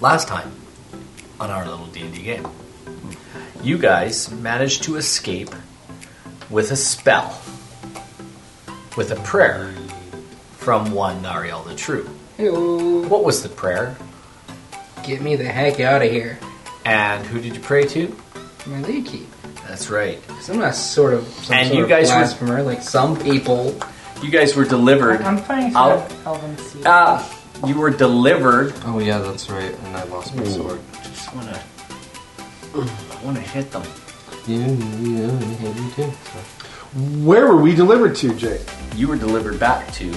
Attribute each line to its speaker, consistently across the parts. Speaker 1: last time on our little D&D game. You guys managed to escape with a spell, with a prayer from one Nariel the True.
Speaker 2: Ew.
Speaker 1: What was the prayer?
Speaker 2: Get me the heck out of here.
Speaker 1: And who did you pray to?
Speaker 2: My lead keep.
Speaker 1: That's right.
Speaker 2: Some not sort of some
Speaker 1: And
Speaker 2: sort
Speaker 1: you
Speaker 2: of
Speaker 1: guys were-
Speaker 2: blasphemer, like some people.
Speaker 1: You guys were delivered.
Speaker 2: Uh-huh.
Speaker 3: I'm playing
Speaker 1: I'll-
Speaker 3: for Elven Sea.
Speaker 1: Uh, you were delivered.
Speaker 4: Oh yeah, that's right. And I lost my sword.
Speaker 1: Just wanna, wanna hit them.
Speaker 4: Yeah, yeah, yeah, you too.
Speaker 5: Where were we delivered to, Jake?
Speaker 1: You were delivered back to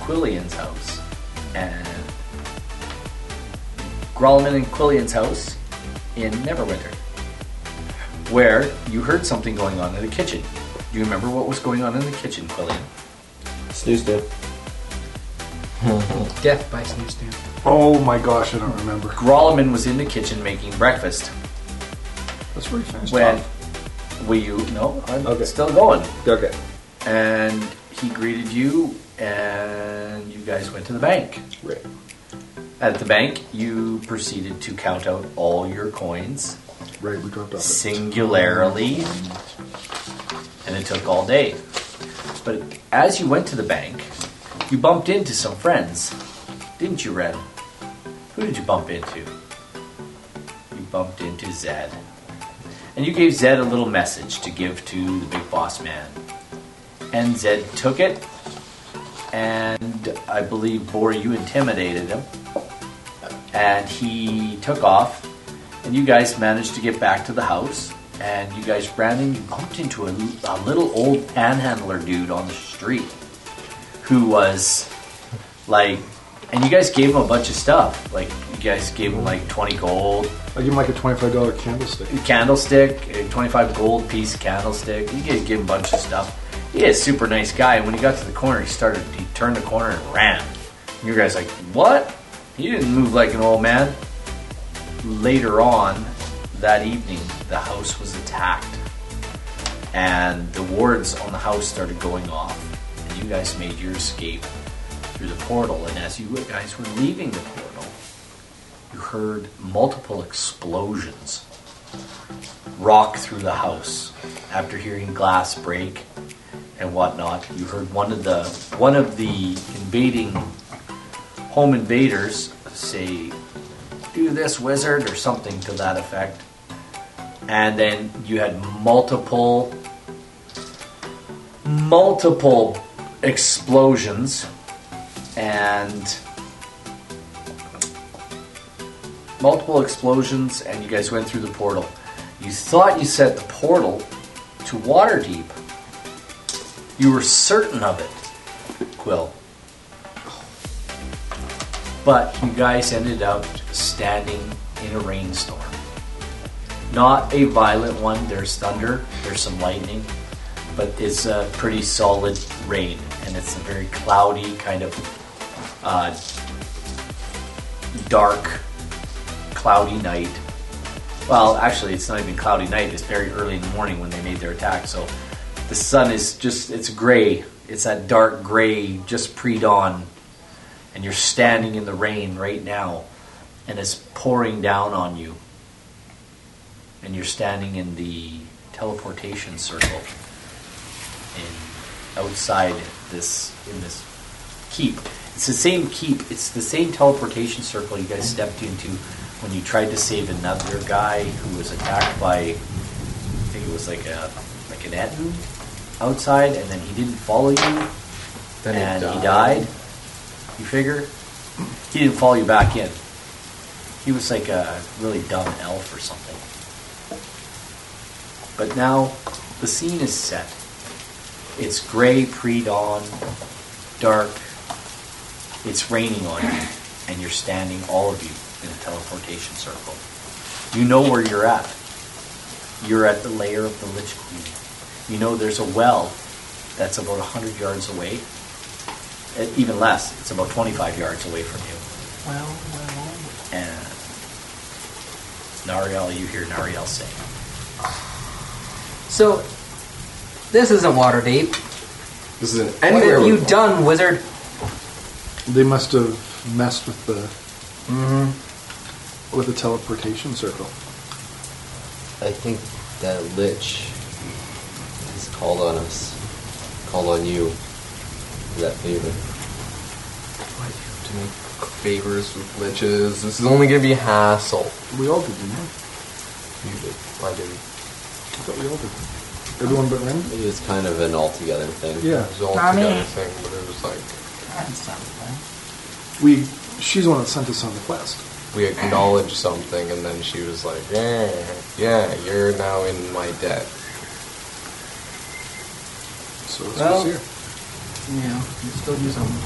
Speaker 1: Quillian's house, and Grolman and Quillian's house in Neverwinter, where you heard something going on in the kitchen. Do you remember what was going on in the kitchen, Quillian?
Speaker 6: Snooze do.
Speaker 2: Death by snooze stamp.
Speaker 5: Oh my gosh, I don't remember.
Speaker 1: Grolman was in the kitchen making breakfast
Speaker 5: That's where we finished
Speaker 1: when
Speaker 5: off.
Speaker 1: will you no i'm
Speaker 6: Okay.
Speaker 1: still going
Speaker 6: Okay.
Speaker 1: and he greeted you and you guys went to the bank
Speaker 6: Right.
Speaker 1: at the bank you proceeded to count out all your coins
Speaker 5: Right, we dropped off.
Speaker 1: singularly and it took all day but as you went to the bank you bumped into some friends didn't you ren who did you bump into you bumped into zed and you gave zed a little message to give to the big boss man and zed took it and i believe bori you intimidated him and he took off and you guys managed to get back to the house and you guys ran in you bumped into a, a little old panhandler dude on the street who was like and you guys gave him a bunch of stuff like you guys gave him like 20 gold
Speaker 5: I give him like a twenty-five dollar candlestick.
Speaker 1: candlestick, a 25 gold piece candlestick. He gave, gave him a bunch of stuff. He is a super nice guy. When he got to the corner, he started, he turned the corner and ran. You guys like, what? He didn't move like an old man. Later on that evening, the house was attacked, and the wards on the house started going off, and you guys made your escape through the portal. And as you guys were leaving the portal, you heard multiple explosions rock through the house. After hearing glass break and whatnot, you heard one of the one of the invading home invaders say, "Do this, wizard," or something to that effect. And then you had multiple multiple explosions and multiple explosions and you guys went through the portal. You thought you set the portal to Waterdeep. You were certain of it, Quill. But you guys ended up standing in a rainstorm. Not a violent one, there's thunder, there's some lightning, but it's a pretty solid rain, and it's a very cloudy, kind of uh, dark, cloudy night. Well, actually, it's not even cloudy night. It's very early in the morning when they made their attack. So the sun is just, it's gray. It's that dark gray, just pre dawn. And you're standing in the rain right now, and it's pouring down on you. And you're standing in the teleportation circle in, outside this, in this keep. It's the same keep. It's the same teleportation circle you guys stepped into when you tried to save another guy who was attacked by, I think it was like a like an Etten outside, and then he didn't follow you,
Speaker 4: Then he
Speaker 1: and he died.
Speaker 4: died.
Speaker 1: You figure he didn't follow you back in. He was like a really dumb elf or something. But now the scene is set. It's gray pre-dawn dark. It's raining on you, and you're standing, all of you, in a teleportation circle. You know where you're at. You're at the lair of the Lich Queen. You know there's a well that's about 100 yards away. Eh, Even less, it's about 25 yards away from you.
Speaker 3: Well, well.
Speaker 1: And Nariel, you hear Nariel say,
Speaker 2: So, this isn't water deep.
Speaker 4: This isn't
Speaker 2: What
Speaker 4: anywhere.
Speaker 2: have you
Speaker 4: with-
Speaker 2: done, wizard?
Speaker 5: They must have messed with the with a teleportation circle.
Speaker 3: I think that Lich has called on us, called on you for that favor.
Speaker 4: Why do you have to make favors with liches? This is only gonna be hassle.
Speaker 5: We all did, didn't we? I
Speaker 4: You did. Why did
Speaker 5: thought we all did. Everyone but Ren?
Speaker 3: It was kind of an altogether thing.
Speaker 5: Yeah.
Speaker 4: It was all
Speaker 6: Mommy.
Speaker 4: together thing, but it was like
Speaker 6: That's not right.
Speaker 5: We. She's the one that sent us on the quest.
Speaker 4: we acknowledged something, and then she was like, "Yeah, yeah, you're now in my debt."
Speaker 5: So it's
Speaker 2: Well-
Speaker 5: here.
Speaker 2: Yeah, you still do something.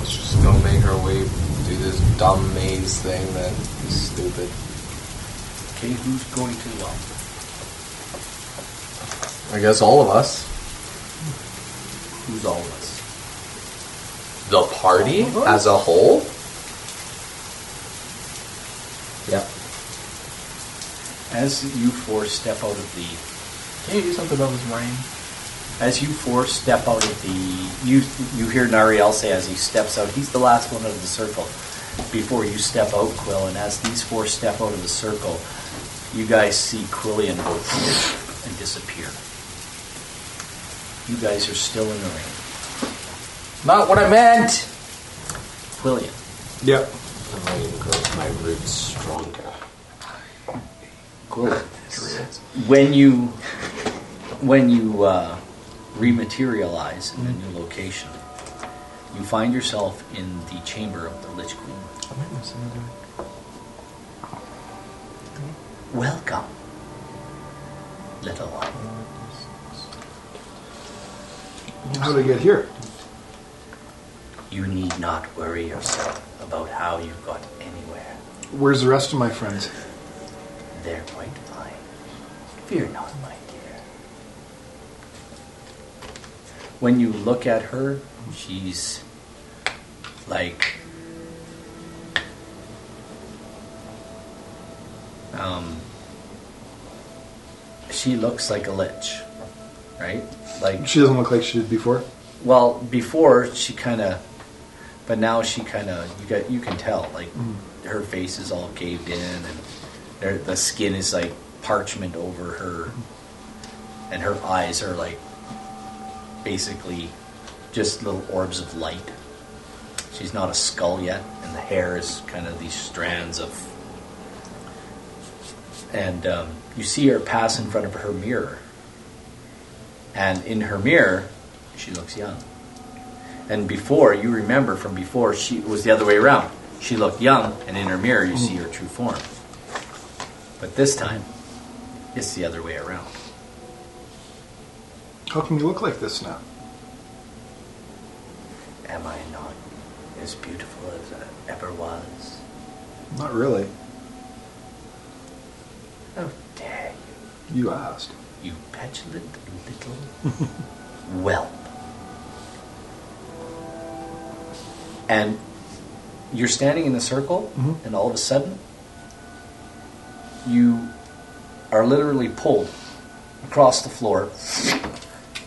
Speaker 4: Let's just go make our way do this dumb maze thing that is stupid.
Speaker 1: Okay, who's going to um, well?
Speaker 4: I guess all of us.
Speaker 1: Who's all of us?
Speaker 4: The party as a whole?
Speaker 3: Yep.
Speaker 1: As you four step out of the,
Speaker 2: Can you do something about this rain?
Speaker 1: as you four step out of the, you you hear Nariel say as he steps out, he's the last one out of the circle. Before you step out, Quill, and as these four step out of the circle, you guys see Quillian go and disappear. You guys are still in the rain.
Speaker 2: Not what I meant.
Speaker 1: Quillian.
Speaker 5: Yep.
Speaker 3: I'm not even growing my roots stronger.
Speaker 1: when you when you uh, rematerialize in a new location, you find yourself in the chamber of the Lich Queen. Welcome, little one.
Speaker 5: How did I get here?
Speaker 1: You need not worry yourself about how you got anywhere.
Speaker 5: Where's the rest of my friends?
Speaker 1: They're quite fine. Fear not, my dear. When you look at her, she's like. Um, she looks like a lich, right? Like
Speaker 5: She doesn't look like she did before.
Speaker 1: well, before she kind of, but now she kind of you got you can tell like her face is all caved in and her, the skin is like parchment over her, and her eyes are like basically just little orbs of light. She's not a skull yet, and the hair is kind of these strands of. And um, you see her pass in front of her mirror. And in her mirror, she looks young. And before, you remember from before, she it was the other way around. She looked young, and in her mirror, you see her true form. But this time, it's the other way around.
Speaker 5: How can you look like this now?
Speaker 1: Am I not as beautiful as I ever was?
Speaker 5: Not really.
Speaker 1: How Oh, dare you,
Speaker 5: You asked.
Speaker 1: you petulant little whelp. And you're standing in a circle,
Speaker 5: Mhm.
Speaker 1: and all of a sudden, you are literally pulled across the floor,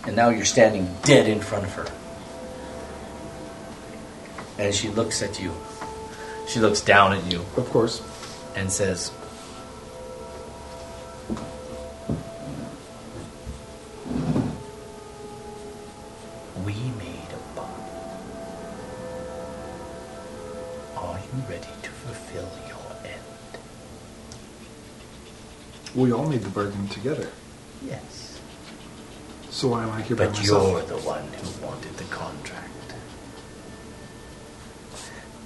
Speaker 1: and now you're standing dead in front of her. And she looks at you. She looks down at you
Speaker 5: Of course.
Speaker 1: and says, We made a bond. Are you ready to fulfill your end?
Speaker 5: We all made the bargain together.
Speaker 1: Yes.
Speaker 5: So why am I here by
Speaker 1: But
Speaker 5: myself?
Speaker 1: you're the one who wanted the contract.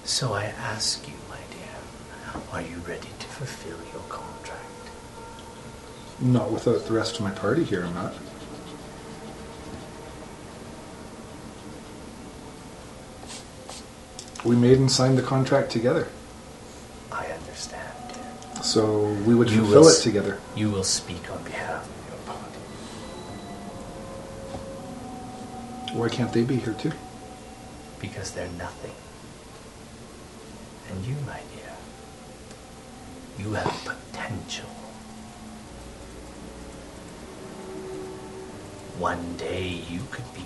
Speaker 1: So I ask you, my dear, are you ready to fulfill your contract?
Speaker 5: Not without the rest of my party here, I'm not. We made and signed the contract together,
Speaker 1: I understand, dear.
Speaker 5: so we would
Speaker 1: You
Speaker 5: fulfill
Speaker 1: will
Speaker 5: it
Speaker 1: s-
Speaker 5: together.
Speaker 1: You will speak on behalf of your party.
Speaker 5: Why can't they be here too?
Speaker 1: because they're nothing. And you, my dear, you have potential. One day you could be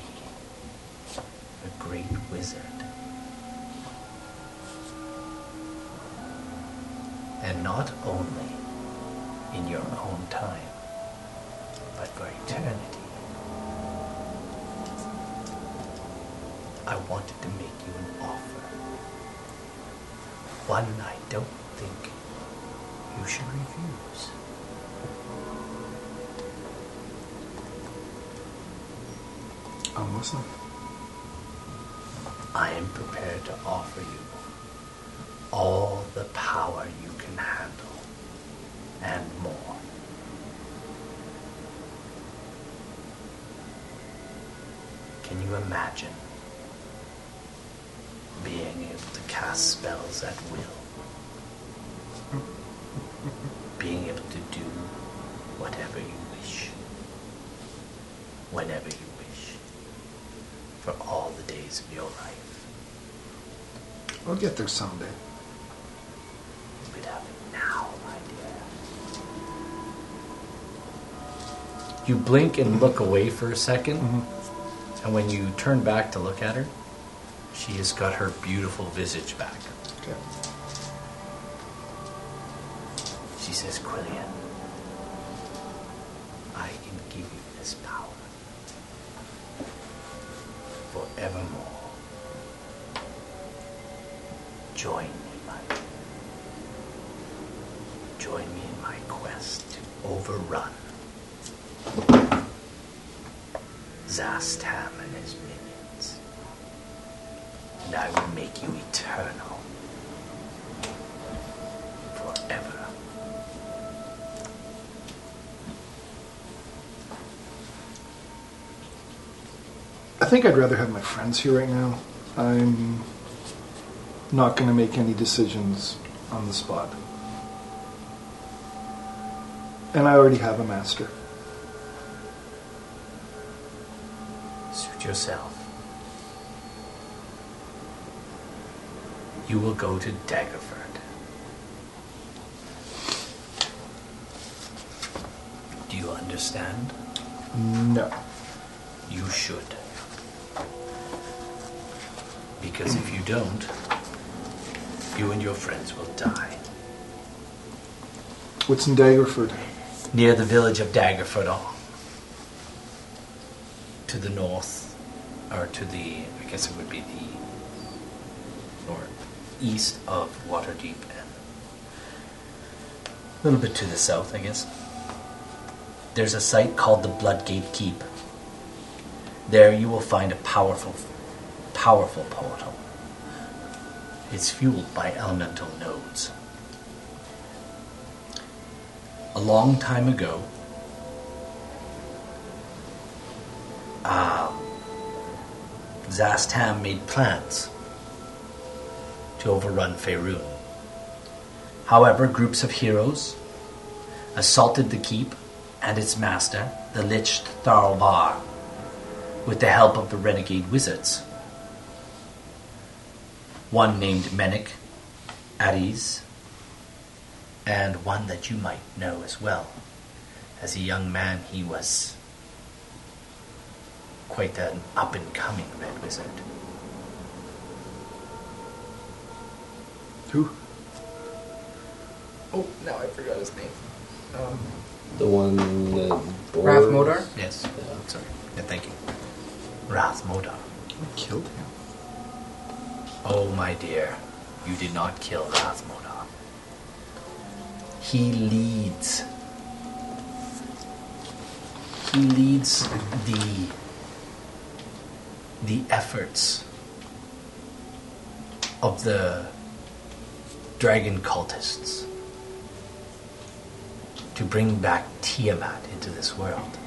Speaker 1: a great wizard. and not only in your own time, but for eternity. I wanted to make you an offer. One I don't think you should refuse.
Speaker 5: I'm listening.
Speaker 1: I am prepared to offer you all the power you can handle and more. Can you imagine being able to cast spells at will? being able to do whatever you wish, whenever you wish, for all the days of your life?
Speaker 5: I'll get there someday.
Speaker 1: We'd have it now, my dear. You blink and look away for a 2nd
Speaker 5: Mm-hmm.
Speaker 1: and when you turn back to look at her, she has got her beautiful visage back.
Speaker 5: Okay.
Speaker 1: She says, Quillian, I can give you this power forevermore. Join me, my Join me in my quest to overrun Zastam and his minions. And I will make you eternal. Forever.
Speaker 5: I think I'd rather have my friends here right now. I'm not going to make any decisions on the spot. And I already have a master.
Speaker 1: Suit yourself. You will go to Daggerford. Do you understand?
Speaker 5: No.
Speaker 1: You should. Because if you don't, you and your friends will die.
Speaker 5: What's in Daggerford?
Speaker 1: Near the village of Daggerford Hall. To the north, or to the, I guess it would be the north, east of Waterdeep and a little bit to the south, I guess. There's a site called the Bloodgate Keep. There you will find a powerful, powerful portal. It's fueled by elemental nodes. A long time ago, um, Zastam made plans to overrun Faerun. However, groups of heroes assaulted the keep and its master, the Lich Tharlbar, with the help of the renegade wizards. One named Menek, Ares, and one that you might know as well. As a young man, he was quite an up and coming red wizard.
Speaker 5: Who?
Speaker 2: Oh, now I forgot his name. Um,
Speaker 3: The one that.
Speaker 2: Ralph Modar?
Speaker 1: Yes. Sorry. Yeah, thank you. Wrath Modar.
Speaker 5: I killed him.
Speaker 1: Oh, my dear, you did not kill Rathmodar. He leads. He leads the the efforts of the dragon cultists to bring back Tiamat into this world.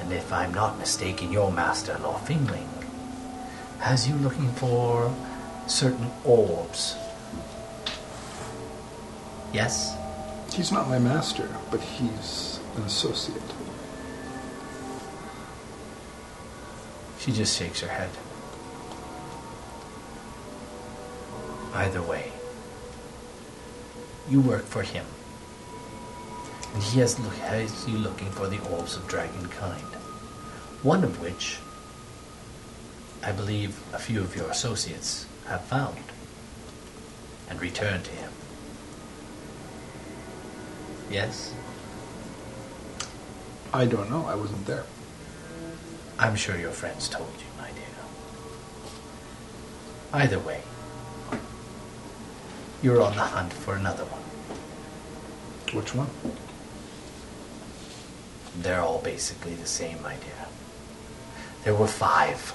Speaker 1: And if I'm not mistaken, your master, Lord Fingling, has you looking for certain orbs. Yes?
Speaker 5: He's not my master, but he's an associate.
Speaker 1: She just shakes her head. Either way, you work for him. And he has, look, has you looking for the orbs of dragon kind. One of which, I believe a few of your associates have found and returned to him. Yes?
Speaker 5: I don't know. I wasn't there.
Speaker 1: I'm sure your friends told you, my dear. Either way, you're on the hunt for another one.
Speaker 5: Which one?
Speaker 1: They're all basically the same, my dear. There were five.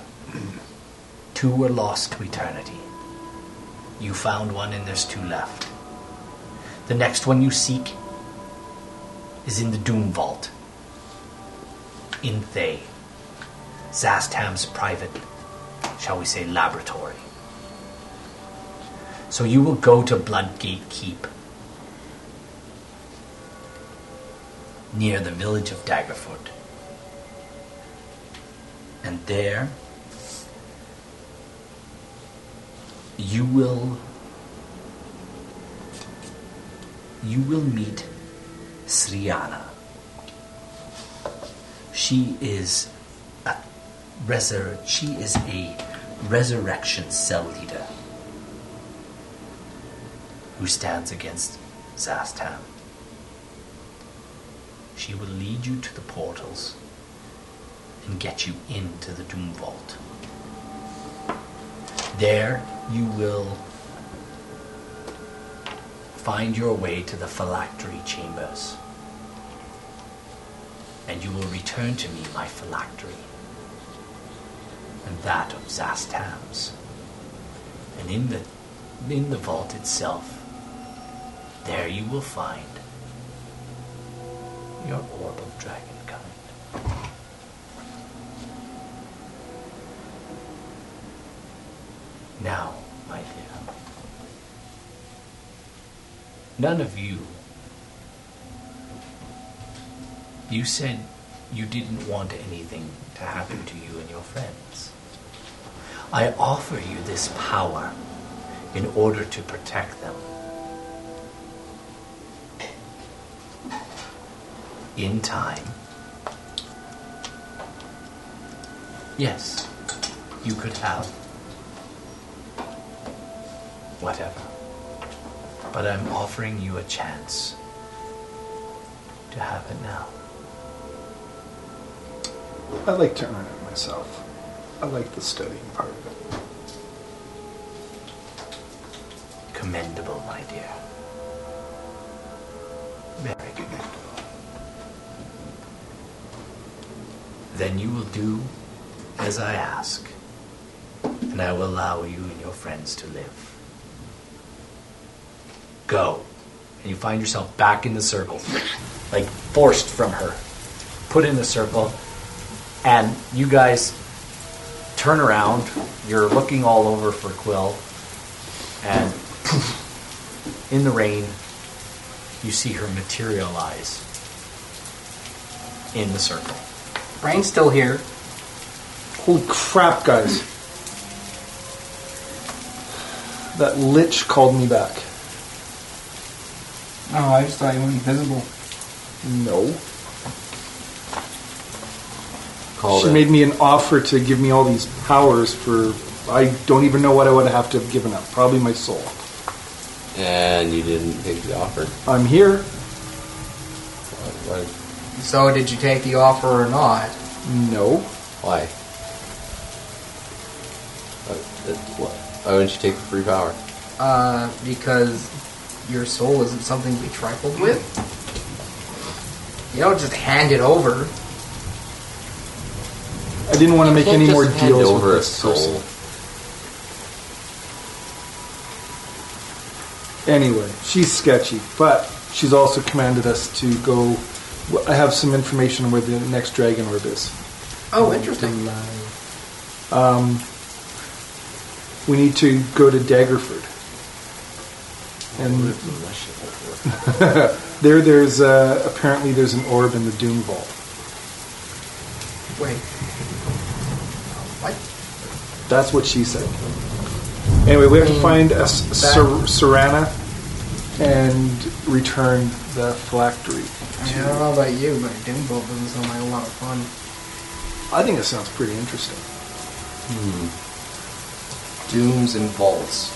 Speaker 1: two were lost to eternity. You found one, and there's two left. The next one you seek is in the Doom Vault. In Thay. Zastam's private, shall we say, laboratory. So you will go to Bloodgate Keep. near the village of Daggerfoot. And there, you will. You will meet Sriana. She is a resur- she is a resurrection cell leader who stands against Zastam. She will lead you to the portals and get you into the Doom Vault. There you will find your way to the phylactery chambers. And you will return to me my phylactery and that of Zastam's. And in the, in the vault itself, there you will find your orb of dragon kind. Now, my dear, none of you, you said you didn't want anything to happen to you and your friends. I offer you this power in order to protect them. in time. Yes, you could have whatever. But I'm offering you a chance to have it now.
Speaker 5: I like to earn it myself. I like the studying part of it.
Speaker 1: Commendable, my dear. Very commendable. Then you will do as I ask, and I will allow you and your friends to live. Go. And you find yourself back in the circle, like forced from her, put in the circle, and you guys turn around. You're looking all over for Quill, and poof, in the rain, you see her materialize in the circle.
Speaker 2: Brain's still here.
Speaker 5: Holy crap, guys. That lich called me back.
Speaker 2: Oh, I just thought you were invisible.
Speaker 5: No.
Speaker 3: Called
Speaker 5: she
Speaker 3: it.
Speaker 5: made me an offer to give me all these powers for. I don't even know what I would have to have given up. Probably my soul.
Speaker 3: and you didn't take the offer.
Speaker 5: I'm here.
Speaker 3: Why?
Speaker 2: So, did you take the offer or not?
Speaker 5: No.
Speaker 3: Why? Uh, that- what? Why wouldn't you take the free power?
Speaker 2: Uh, because your soul isn't something to be trifled with. You don't just hand it over.
Speaker 5: I didn't want to make
Speaker 3: Can't
Speaker 5: any
Speaker 3: just
Speaker 5: more
Speaker 3: hand
Speaker 5: deals
Speaker 3: over
Speaker 5: with
Speaker 3: a
Speaker 5: this
Speaker 3: soul.
Speaker 5: person. Anyway, she's sketchy, but she's also commanded us to go. I have some information where the next dragon orb is.
Speaker 2: Oh, interesting.
Speaker 5: Um, we need to go to Daggerford, and there, there's uh, apparently there's an orb in the Doom Vault.
Speaker 2: Wait. What?
Speaker 5: That's what she said. Anyway, we have to
Speaker 2: Mm.
Speaker 5: find a s- Ser- Serana and return the phylactery.
Speaker 2: I mean, I don't know about you, but Doom Bolt doesn't sound like a lot of fun.
Speaker 5: I think it sounds pretty interesting.
Speaker 7: Dooms and vaults.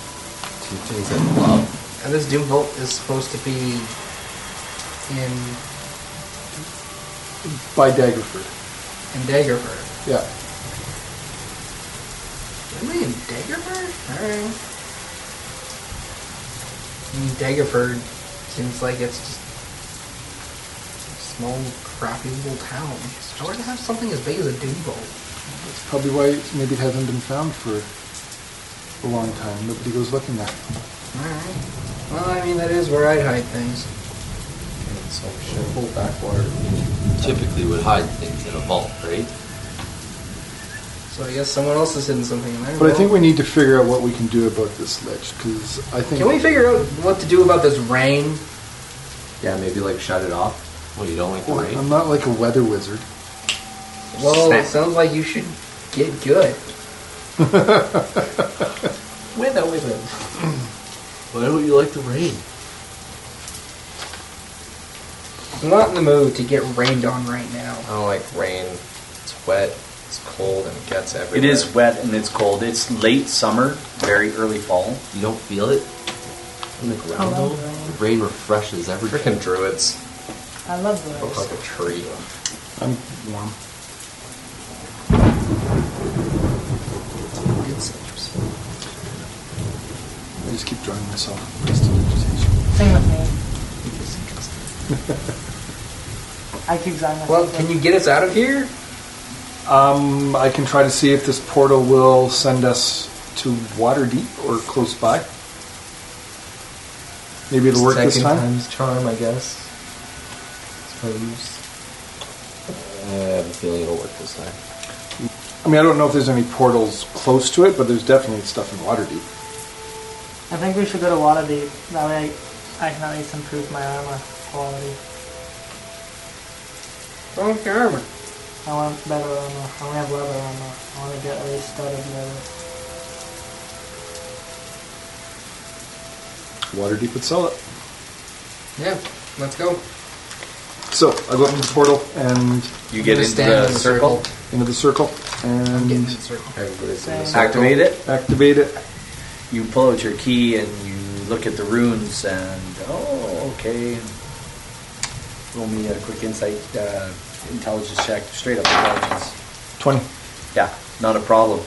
Speaker 3: Two things I love.
Speaker 2: And this Doom Bolt is supposed to be in,
Speaker 5: By Daggerford.
Speaker 2: in Daggerford.
Speaker 5: Yeah.
Speaker 2: Am I in Daggerford? Alright. I mean, Daggerford seems like it's just a small, crappy little town. How would it have something as big as a doom boat?
Speaker 5: That's probably why it's- maybe it hasn't been found for a long time. Nobody goes looking at it.
Speaker 2: Alright. Well, I mean, that is where I'd hide things.
Speaker 4: So we should pull backwater.
Speaker 3: Typically would hide things in a vault, right?
Speaker 2: So I guess someone else is hidden something in there.
Speaker 5: But I think
Speaker 2: Well,
Speaker 5: we need to figure out what we can do about this lich, because I think
Speaker 2: Can we figure out what to do about this rain?
Speaker 4: Yeah, maybe like shut it off. um,
Speaker 3: Well, you don't like the
Speaker 5: Well,
Speaker 3: rain?
Speaker 5: I'm not like a weather wizard.
Speaker 2: Well,
Speaker 1: Snap.
Speaker 2: it sounds like you should get good.
Speaker 4: With it, with it.
Speaker 3: Why don't you like the rain?
Speaker 2: I'm not in the mood to get rained on right now.
Speaker 4: I don't like rain. It's wet. It's cold, and it gets everywhere.
Speaker 1: It is wet and it's cold. It's late summer, very early fall.
Speaker 3: You don't feel it on the ground, though? The rain refreshes everything.
Speaker 4: Freaking druids
Speaker 8: I love those.
Speaker 4: look like a tree.
Speaker 5: I'm warm. I just keep drawing myself wasted vegetation.
Speaker 8: Same with me. I keep drawing myself.
Speaker 2: Well, can you get us out of here?
Speaker 5: Um, I can try to see if this portal will send us to Waterdeep or close by. Maybe it'll work
Speaker 4: Second
Speaker 5: this time.
Speaker 4: time's charm, I guess. Suppose.
Speaker 3: I
Speaker 4: uh,
Speaker 3: have a feeling it'll work this time.
Speaker 5: I mean, I don't know if there's any portals close to it, but there's definitely stuff in Waterdeep.
Speaker 8: I think we should go to Waterdeep. That way I, I can at least improve my armor quality.
Speaker 2: Oh, your armor.
Speaker 8: I want better armor. I only have leather armor. I want to get at least studded leather.
Speaker 5: Waterdeep would sell it.
Speaker 2: Yeah, let's go.
Speaker 5: So I go up into the portal and
Speaker 1: You get
Speaker 2: I'm gonna
Speaker 1: into
Speaker 2: stand
Speaker 1: the
Speaker 2: in the
Speaker 1: circle,
Speaker 5: into the circle
Speaker 2: Get in the
Speaker 5: and
Speaker 2: circle.
Speaker 4: Everybody's in
Speaker 8: Same.
Speaker 4: the circle.
Speaker 1: activate it.
Speaker 5: activate it.
Speaker 1: You pull out your key and you look at the runes and oh, okay. Roll me a quick insight, uh, intelligence check, straight up intelligence.
Speaker 5: Twenty.
Speaker 1: Yeah, not a problem.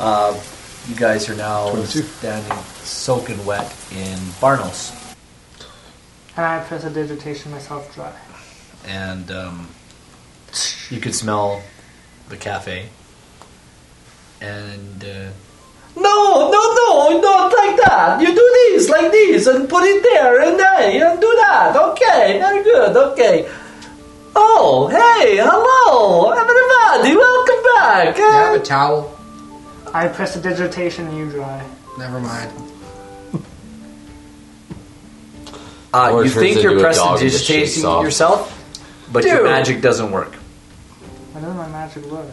Speaker 1: Uh, you guys are now
Speaker 5: 22.
Speaker 1: standing soaking wet in Barnels.
Speaker 8: And I press a digitation myself dry.
Speaker 1: and um, you could smell the cafe. And uh, no, no, no, not like that. You do this, like this, and put it there, and hey, and do that. Okay, very good. Okay. Oh, hey, hello, everybody, welcome back.
Speaker 2: You have
Speaker 1: eh?
Speaker 2: a towel?
Speaker 8: I press a digitation you dry.
Speaker 2: Never mind.
Speaker 1: Uh,
Speaker 3: Or
Speaker 1: you
Speaker 3: it turns
Speaker 1: think you're
Speaker 3: into a dog and just shakes
Speaker 1: prestidigitating
Speaker 3: off.
Speaker 1: yourself, but your
Speaker 2: Dude.
Speaker 1: magic doesn't work.
Speaker 8: Why doesn't my magic work?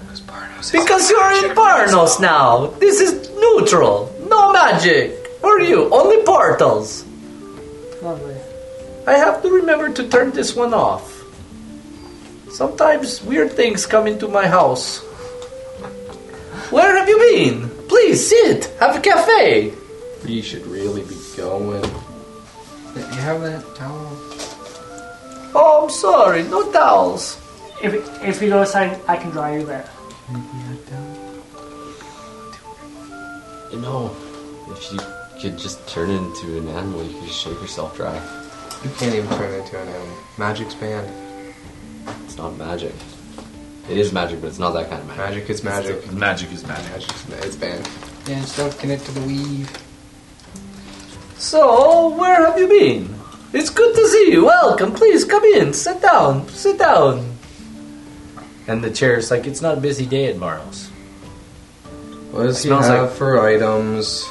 Speaker 1: Because you're in Barnos now. This is neutral. No magic. Or you. Only portals.
Speaker 8: Lovely.
Speaker 1: I have to remember to turn this one off. Sometimes weird things come into my house. Where have you been? Please sit. Have a cafe.
Speaker 4: You should really be going.
Speaker 2: You have that towel?
Speaker 1: Oh, I'm sorry. No towels.
Speaker 8: If, if you go aside, I can dry you there.
Speaker 3: You know, if you could just turn into an animal, you could just shake yourself dry.
Speaker 4: You can't even turn into an animal. Magic's banned.
Speaker 3: It's not magic. It is magic, but it's not that kind of magic.
Speaker 4: Magic is magic.
Speaker 1: Magic is magic.
Speaker 4: Magic's it's banned.
Speaker 2: Yeah, just don't connect to the weave.
Speaker 1: So, where have you been? It's good to see you. Welcome. Please come in. Sit down. Sit down. And the chair's like, it's not a busy day at Marlo's.
Speaker 4: What does he
Speaker 1: Smells
Speaker 4: have
Speaker 1: like-
Speaker 4: for items?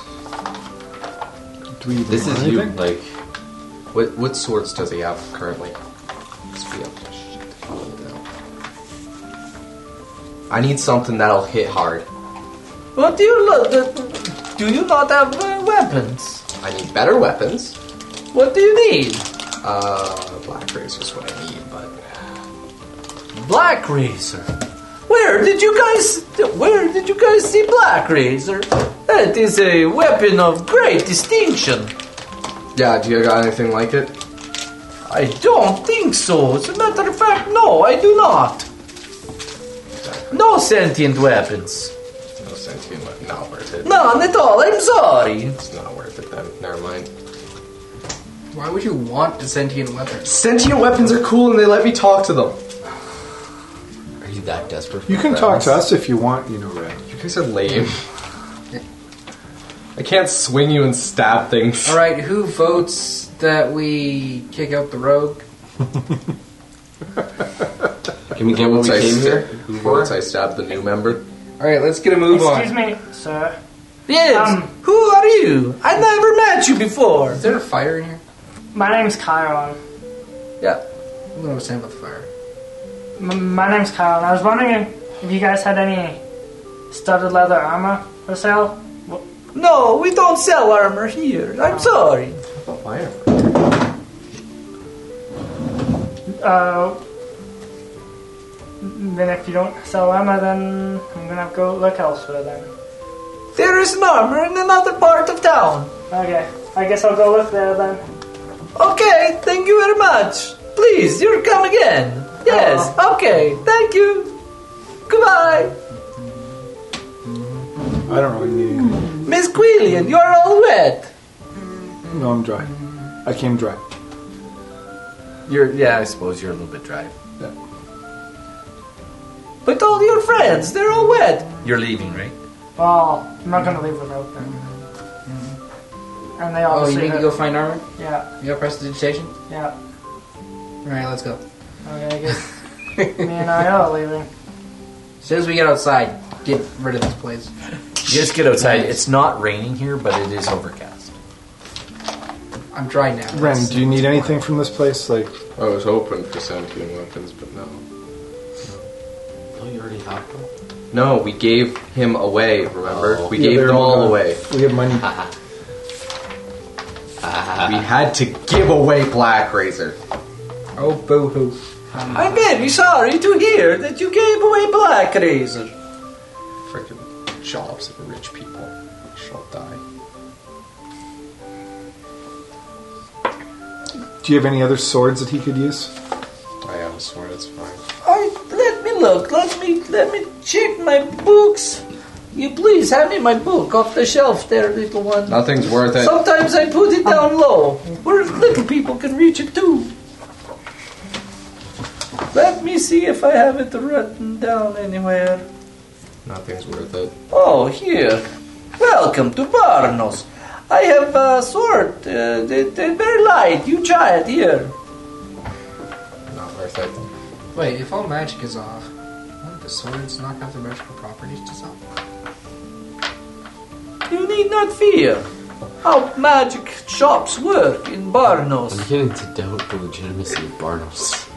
Speaker 5: Do we even
Speaker 3: This
Speaker 5: want
Speaker 3: is you,
Speaker 5: anything?
Speaker 3: like,
Speaker 4: What what swords does he have currently? Let's be up to shit now. I need something that'll hit hard.
Speaker 1: What do you look? Do you not have uh, weapons?
Speaker 4: I need better weapons.
Speaker 1: What do you need?
Speaker 4: Uh, black race is what I need, but
Speaker 1: Black Razor. Where did you guys? Where did you guys see Black Razor? That is a weapon of great distinction.
Speaker 4: yeah. Do you got anything like it?
Speaker 1: I don't think so. As a matter of fact, no, I do not. No sentient weapons.
Speaker 4: No sense in what- Not worth it.
Speaker 1: None at all. I'm sorry.
Speaker 4: It's not worth it then. Never mind.
Speaker 2: Why would you want sentient weapons?
Speaker 4: Sentient weapons are cool and they let me talk to them.
Speaker 3: Are you that desperate? for
Speaker 5: You can talk to
Speaker 3: friends?
Speaker 5: us if you want, you know, Red.
Speaker 4: You guys are lame. I can't swing you and stab things.
Speaker 2: All right, who votes that we kick out the rogue?
Speaker 3: Can we get what we
Speaker 4: I
Speaker 3: came
Speaker 4: sta-
Speaker 3: here
Speaker 4: Who
Speaker 3: for?
Speaker 4: votes I stab the new member?
Speaker 2: All right, let's get a move
Speaker 8: Excuse
Speaker 2: on.
Speaker 8: me, sir.
Speaker 1: Yes.
Speaker 8: Um,
Speaker 1: Who are you? I never met you before.
Speaker 2: Is there a fire in here?
Speaker 8: My name's Chiron.
Speaker 2: Yeah. I don't understand about the fire.
Speaker 8: M- my name's Kyle, and I was wondering if you guys had any studded leather armor for sale.
Speaker 1: No, we don't sell armor here. I'm
Speaker 2: Oh.
Speaker 1: sorry.
Speaker 4: Fire.
Speaker 8: Uh, then if you don't sell armor, then I'm gonna have to go look elsewhere. Then.
Speaker 1: There is an armor in another part of town.
Speaker 8: Okay, I guess I'll go look there then.
Speaker 1: Okay, thank you very much. Please, you come again. Yes,
Speaker 2: Oh.
Speaker 1: okay, thank you. Goodbye.
Speaker 5: I don't really need anything.
Speaker 1: Miss Quillian, you're all wet.
Speaker 5: No, I'm dry. I came dry.
Speaker 1: You're, yeah, I suppose you're a little bit dry.
Speaker 5: Yeah.
Speaker 1: But all your friends, they're all wet. You're leaving, right?
Speaker 8: Well, I'm not gonna leave without them. And they
Speaker 2: Oh,
Speaker 8: obviously.
Speaker 2: you need to
Speaker 8: heard-
Speaker 2: go find armor?
Speaker 8: Yeah,
Speaker 2: You gotta press the digitation?
Speaker 8: yeah.
Speaker 2: All right, let's go.
Speaker 8: Okay, I guess me and I are leaving.
Speaker 2: As soon as we get outside, get rid of this place.
Speaker 1: Just get outside. It's not raining here, but it is overcast.
Speaker 2: I'm dry now.
Speaker 5: Ren, do you need anything from this place? Like,
Speaker 4: I was hoping for sentient weapons, but no.
Speaker 3: No, you already have them.
Speaker 4: No, we gave him away, remember?
Speaker 3: Oh.
Speaker 4: We
Speaker 5: yeah,
Speaker 4: gave
Speaker 5: they're
Speaker 4: them all
Speaker 5: gone.
Speaker 4: away.
Speaker 5: We have money.
Speaker 4: We had to give away Black Razor.
Speaker 2: Oh, boo hoo.
Speaker 1: I'm very sorry to hear that you gave away Black Razor.
Speaker 4: Freaking jobs of rich people. We shall die.
Speaker 5: Do you have any other swords that he could use?
Speaker 4: I have a sword, it's fine.
Speaker 1: I, let me look. Let me let me check my books. You please hand me my book off the shelf, there, little one.
Speaker 4: Nothing's worth it.
Speaker 1: Sometimes I put it down low, where little people can reach it too. Let me see if I have it written down anywhere.
Speaker 4: Nothing's worth it.
Speaker 1: Oh, here. Welcome to Barnos. I have a sword. Uh, they, they're very light. You try it here.
Speaker 4: Not worth it.
Speaker 2: Wait, if all magic is off, won't the swords knock off their magical properties to some?
Speaker 1: You need not fear how magic shops work in Barnos.
Speaker 3: I'm beginning to doubt the legitimacy of Barnos.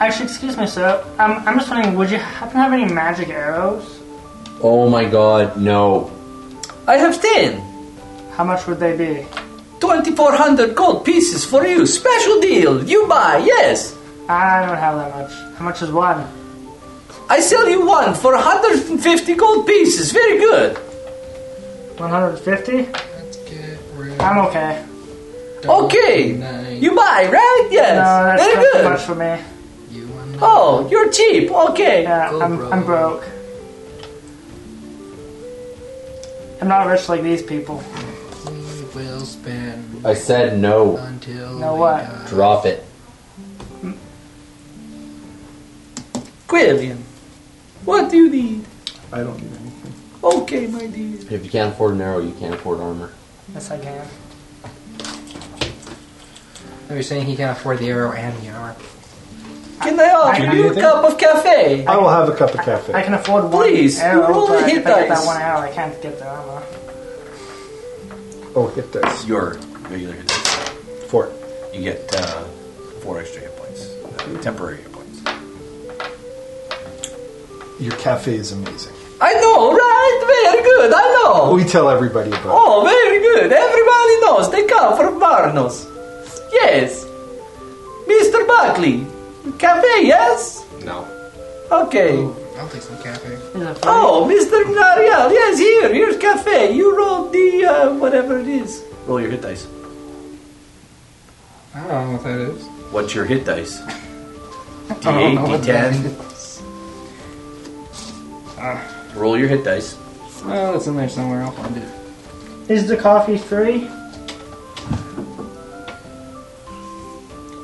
Speaker 8: Actually, excuse me, sir. Um, I'm just wondering, would you happen to have any magic arrows?
Speaker 3: Oh my god, no.
Speaker 1: I have 10.
Speaker 8: How much would they be?
Speaker 1: 2,400 gold pieces for you. Special deal. You
Speaker 4: Ah,
Speaker 1: buy, yes.
Speaker 8: I don't have that much. How much is one?
Speaker 1: I sell you one for 150 gold pieces. Very good.
Speaker 8: 150?
Speaker 2: Let's get rid
Speaker 8: I'm okay.
Speaker 2: of
Speaker 1: okay.
Speaker 2: nine.
Speaker 1: You buy, right? Yes.
Speaker 8: No, that's
Speaker 1: Very
Speaker 8: not
Speaker 1: good.
Speaker 8: too much for me.
Speaker 2: You are not-
Speaker 1: Oh, you're cheap. Okay.
Speaker 8: Yeah,
Speaker 2: Go,
Speaker 8: I'm,
Speaker 2: bro.
Speaker 8: I'm broke. I'm not rich like these people.
Speaker 2: We will spend
Speaker 3: I said no.
Speaker 2: until.
Speaker 8: Know
Speaker 2: we
Speaker 8: what?
Speaker 2: die.
Speaker 3: Drop it.
Speaker 1: Quillian, what do you need?
Speaker 5: I don't need anything.
Speaker 1: Okay, my dear.
Speaker 3: If you can't afford an arrow, you can't afford armor.
Speaker 8: Yes, I can.
Speaker 2: Oh, you're saying he can't afford the arrow and the armor.
Speaker 1: Can I offer
Speaker 8: I-
Speaker 1: you a
Speaker 5: Anything?
Speaker 1: cup of cafe?
Speaker 5: I will have a cup of cafe.
Speaker 8: I can afford one
Speaker 1: Please,
Speaker 8: arrow,
Speaker 1: roll
Speaker 8: but
Speaker 1: the hit
Speaker 8: if I get
Speaker 1: dice.
Speaker 8: that one arrow, I can't get the armor.
Speaker 5: oh, hit dice.
Speaker 1: Your regular hit dice.
Speaker 5: Four.
Speaker 1: You get uh, four extra hit points, uh, temporary hit points.
Speaker 5: Your cafe is amazing.
Speaker 1: I know, right? Very good. I know.
Speaker 5: We tell everybody about
Speaker 1: Oh, very good. Everybody knows they come from Barnos. Yes, Mr. Buckley, cafe. Yes.
Speaker 4: No.
Speaker 1: Okay.
Speaker 2: Ooh, I'll take some cafe.
Speaker 8: Is it free?
Speaker 1: Oh, Mr. Nariel, yes, here, here's cafe. You roll the uh, whatever it is. Roll your hit dice.
Speaker 2: I don't know what that is.
Speaker 6: What's your hit dice?
Speaker 2: don't know
Speaker 6: D8,
Speaker 2: what that
Speaker 6: D10. Ah. Roll your hit dice.
Speaker 2: Well, it's in there somewhere. I'll find it.
Speaker 8: Is the coffee free?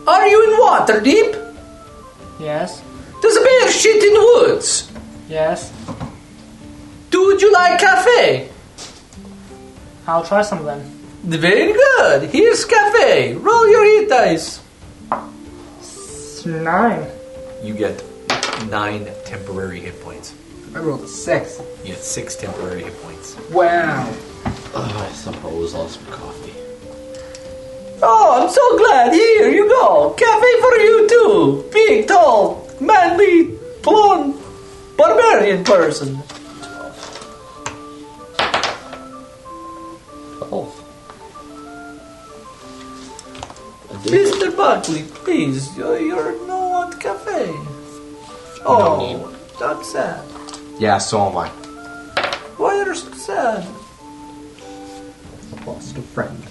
Speaker 6: Are you in water deep?
Speaker 8: Yes.
Speaker 6: Does a bear shit in the woods?
Speaker 8: Yes.
Speaker 6: Do would you like cafe?
Speaker 8: I'll try some then.
Speaker 6: Very good. Here's cafe. Roll your hit dice.
Speaker 8: It's nine.
Speaker 6: You get nine temporary hit points.
Speaker 2: I rolled a six.
Speaker 6: You get six temporary hit points.
Speaker 2: Wow.
Speaker 3: Oh, I suppose I'll have some coffee.
Speaker 6: Oh, I'm so glad. Here you go. Cafe for you too. Big, tall, manly, blonde, barbarian person.
Speaker 3: Twelve. I did.
Speaker 6: Mr. Buckley, please, you're, you're no one cafe.
Speaker 3: need
Speaker 6: Oh, I'm sad.
Speaker 4: Yeah, so am I.
Speaker 6: Why are you so sad?
Speaker 3: I lost a friend.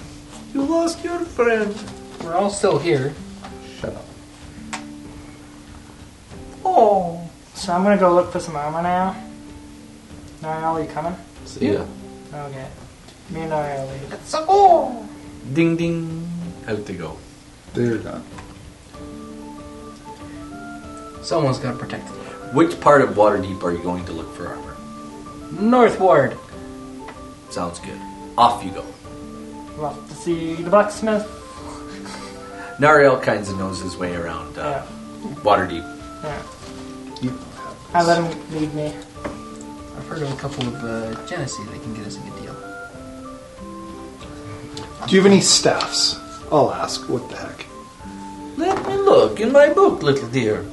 Speaker 6: You lost your friend.
Speaker 2: We're all still here.
Speaker 3: Shut up.
Speaker 6: Oh.
Speaker 8: So I'm gonna go look for some armor now. Niall, you coming?
Speaker 3: See ya.
Speaker 8: Okay. Me and Niall leave.
Speaker 6: Ding ding. Out they go.
Speaker 5: They're done.
Speaker 2: Someone's got to protect them.
Speaker 6: Which part of Waterdeep are you going to look for armor?
Speaker 2: Northward.
Speaker 6: Sounds good. Off you go.
Speaker 8: We're off to see the blacksmith.
Speaker 6: Nariel kind of knows his way around uh,
Speaker 8: Yeah.
Speaker 6: Waterdeep.
Speaker 8: Yeah.
Speaker 5: You-
Speaker 8: I let him lead me.
Speaker 2: I've heard of a couple of uh, Genesee that can get us a good deal.
Speaker 5: Do you have any staffs? I'll ask. What the heck?
Speaker 6: Let me look in my book, little dear.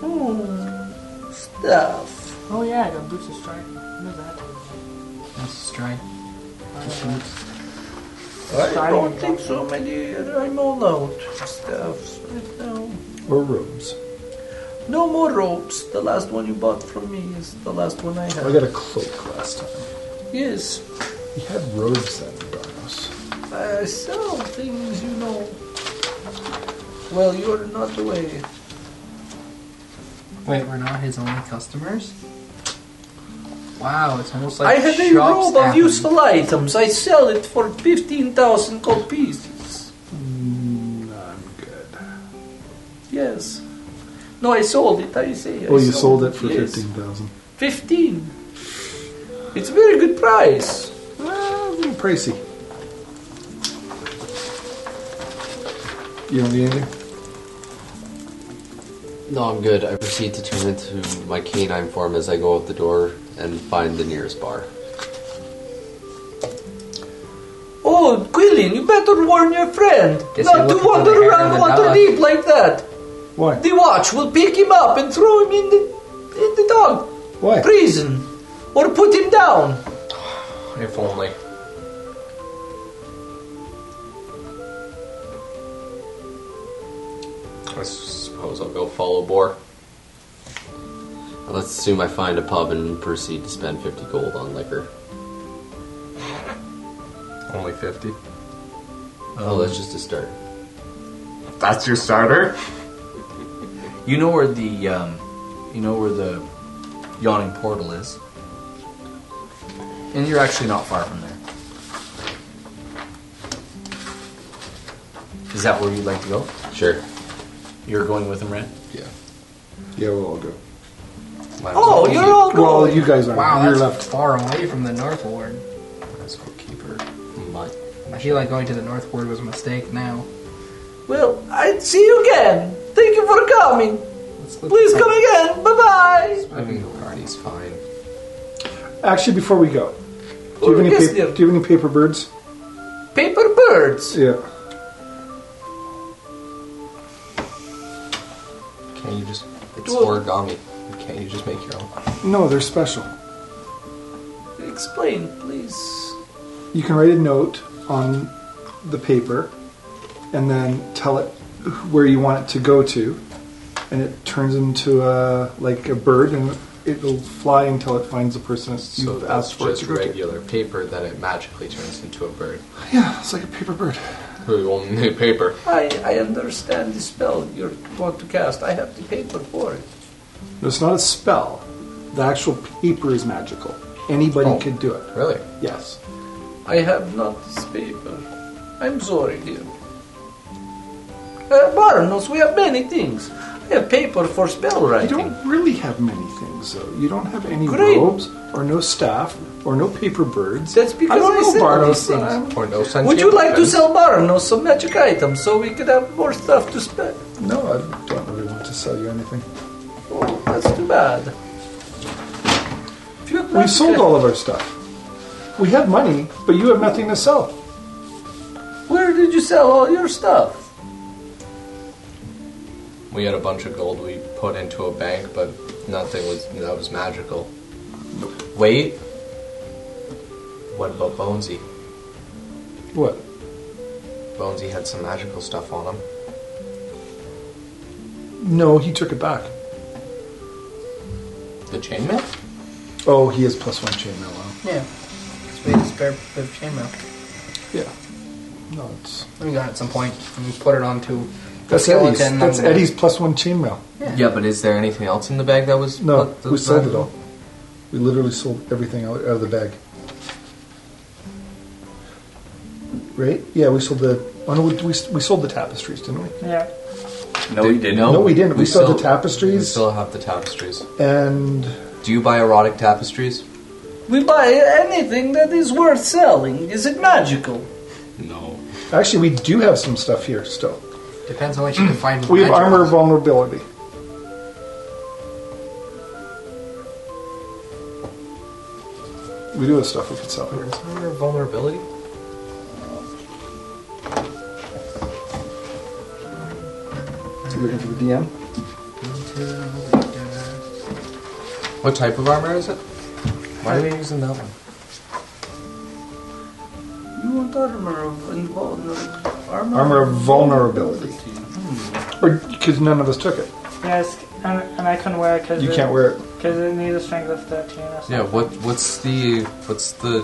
Speaker 6: Hmm. Stuff.
Speaker 8: Oh yeah, I got boots of strike. What is that?
Speaker 2: That's try.
Speaker 6: I
Speaker 8: Starting
Speaker 6: don't
Speaker 8: with
Speaker 6: think
Speaker 8: one.
Speaker 6: so, my dear. I'm all out of stuffs right now.
Speaker 5: Or robes?
Speaker 6: No more ropes. The last one you bought from me is the last one I have.
Speaker 5: I got a cloak last time.
Speaker 6: Yes,
Speaker 5: We had robes then, Darnos.
Speaker 6: I sell uh, things, you know. Well, you're not away.
Speaker 2: Wait, we're not his only customers? Wow, it's almost
Speaker 6: I
Speaker 2: like
Speaker 6: have a
Speaker 2: shop
Speaker 6: robe of
Speaker 2: staffing.
Speaker 6: useful items. I sell it for 15,000 gold pieces.
Speaker 5: Mm, I'm good.
Speaker 6: Yes. No, I sold it, I say. I
Speaker 5: Well, you sold it for
Speaker 6: yes.
Speaker 5: fifteen thousand.
Speaker 6: 15. It's a very good price.
Speaker 5: Well, Uh, a little pricey. You don't need anything?
Speaker 3: No, I'm good. I proceed to turn into my canine form as I go out the door and find the nearest bar.
Speaker 6: Oh, Quillian, you better warn your friend
Speaker 2: Guess you're
Speaker 6: not to
Speaker 2: looking for
Speaker 6: wander
Speaker 2: the hair
Speaker 6: around
Speaker 2: of the dog.
Speaker 6: Waterdeep like that.
Speaker 5: Why?
Speaker 6: The watch will pick him up and throw him in the, in the dog
Speaker 5: Why?
Speaker 6: prison or put him down.
Speaker 4: If only. I suppose I'll go follow Boar.
Speaker 3: Let's assume I find a pub and proceed to spend 50 gold on liquor.
Speaker 4: Only 50.
Speaker 3: oh, that's just a start.
Speaker 4: That's your starter?
Speaker 6: You know where the um, you know where the yawning portal is, and you're actually not far from there. Is that where you'd like to go?
Speaker 3: Sure.
Speaker 6: You're going with him, right?
Speaker 5: Yeah. Yeah, we'll all go.
Speaker 6: Oh, you're all
Speaker 5: Well,
Speaker 6: going.
Speaker 5: you guys aren't.
Speaker 2: Wow,
Speaker 5: You're
Speaker 2: that's
Speaker 5: left.
Speaker 2: far away from the Northward.
Speaker 4: Let's go keep her.
Speaker 3: My,
Speaker 2: I feel like going to the Northward was a mistake now.
Speaker 6: Well, I see you again. Thank you for coming.
Speaker 2: Let's look
Speaker 6: Please come again. Bye
Speaker 4: I think
Speaker 3: Mm.
Speaker 4: Arnie's fine.
Speaker 5: Actually, before we go, do you,
Speaker 6: Oh,
Speaker 5: have any
Speaker 6: yes,
Speaker 5: pa-
Speaker 6: dear.
Speaker 5: do you have any paper birds?
Speaker 6: bye. Paper birds.
Speaker 5: Yeah.
Speaker 4: Can't you just. It's origami. Can't you just make your own?
Speaker 5: No, they're special.
Speaker 6: Explain, please.
Speaker 5: You can write a note on the paper and then tell it where you want it to go to, and it turns into a like a bird and it'll fly until it finds the person that
Speaker 4: So
Speaker 5: you've
Speaker 4: that's
Speaker 5: asked for it
Speaker 4: Mm-hmm. just
Speaker 5: to go to.
Speaker 4: regular paper that it magically turns into a bird.
Speaker 5: Yeah, it's like a paper bird.
Speaker 3: Who on the paper?
Speaker 6: I, I understand the spell you want to cast. I have the paper for it.
Speaker 5: It's not a spell. The actual paper is magical. Anybody
Speaker 3: Oh.
Speaker 5: could do it.
Speaker 3: Really?
Speaker 5: Yes.
Speaker 6: I have not this paper. I'm sorry, dear. Uh, Barnos, we have many things. I have paper for spell
Speaker 5: You
Speaker 6: writing.
Speaker 5: don't really have many things, though. You don't have any
Speaker 6: Great.
Speaker 5: robes, or no staff, or no paper birds.
Speaker 6: That's because
Speaker 5: I don't
Speaker 6: I
Speaker 5: know
Speaker 6: said
Speaker 5: Bardos,
Speaker 6: these
Speaker 5: but
Speaker 6: things.
Speaker 5: I'm-
Speaker 3: Or no sense?
Speaker 6: Would you like to sell Barnos some magic items so we could have more stuff to spend?
Speaker 5: No, I don't really want to sell you anything.
Speaker 6: Oh, that's too bad. If you had
Speaker 5: We
Speaker 6: magic
Speaker 5: sold
Speaker 6: i-
Speaker 5: all of our stuff. We have money, but you have nothing to sell.
Speaker 6: Where did you sell all your stuff?
Speaker 3: We had a bunch of gold we put into a bank, but nothing was that was magical. Wait. What about Bonesy?
Speaker 5: What?
Speaker 3: Bonesy had some magical stuff on him.
Speaker 5: No, he took it back.
Speaker 3: The chainmail?
Speaker 5: Oh, he has plus one chainmail on.
Speaker 2: Yeah. Because we had a spare bit of chainmail.
Speaker 5: Yeah. No, it's
Speaker 2: We got it at some point, and we put it onto
Speaker 5: that's Eddie's. That's Eddie's plus one chainmail.
Speaker 2: Yeah.
Speaker 3: but is there anything else in the bag that was?
Speaker 5: No,
Speaker 3: that- that
Speaker 5: we
Speaker 3: was
Speaker 5: sold it
Speaker 3: magical?
Speaker 5: all. We literally sold everything out, out of the bag. Right? Yeah, we sold the. Oh no, we, we, we sold the tapestries, didn't we?
Speaker 8: Yeah.
Speaker 6: No,
Speaker 3: Did-
Speaker 6: we didn't.
Speaker 5: No, we didn't. We sold the tapestries.
Speaker 3: We still have the tapestries.
Speaker 5: And
Speaker 3: Do you buy erotic tapestries?
Speaker 6: We buy anything that is worth selling. Is it magical?
Speaker 3: No.
Speaker 5: actually, we do have some stuff here still.
Speaker 2: Depends on what you define.
Speaker 5: We have
Speaker 2: magic
Speaker 5: armor
Speaker 2: as.
Speaker 5: vulnerability. We do have stuff we could sell here.
Speaker 3: Your vulnerability?
Speaker 5: You looking for the DM?
Speaker 3: What type of armor is it? Why are we using that one?
Speaker 6: You want armor of invulnerable armor?
Speaker 5: Armor of vulnerability. Or because none of us took it.
Speaker 8: Yes, and, and I couldn't wear it because
Speaker 5: You can't wear it.
Speaker 8: because it needs a strength of thirteen or something.
Speaker 3: Yeah. What? What's the? What's the?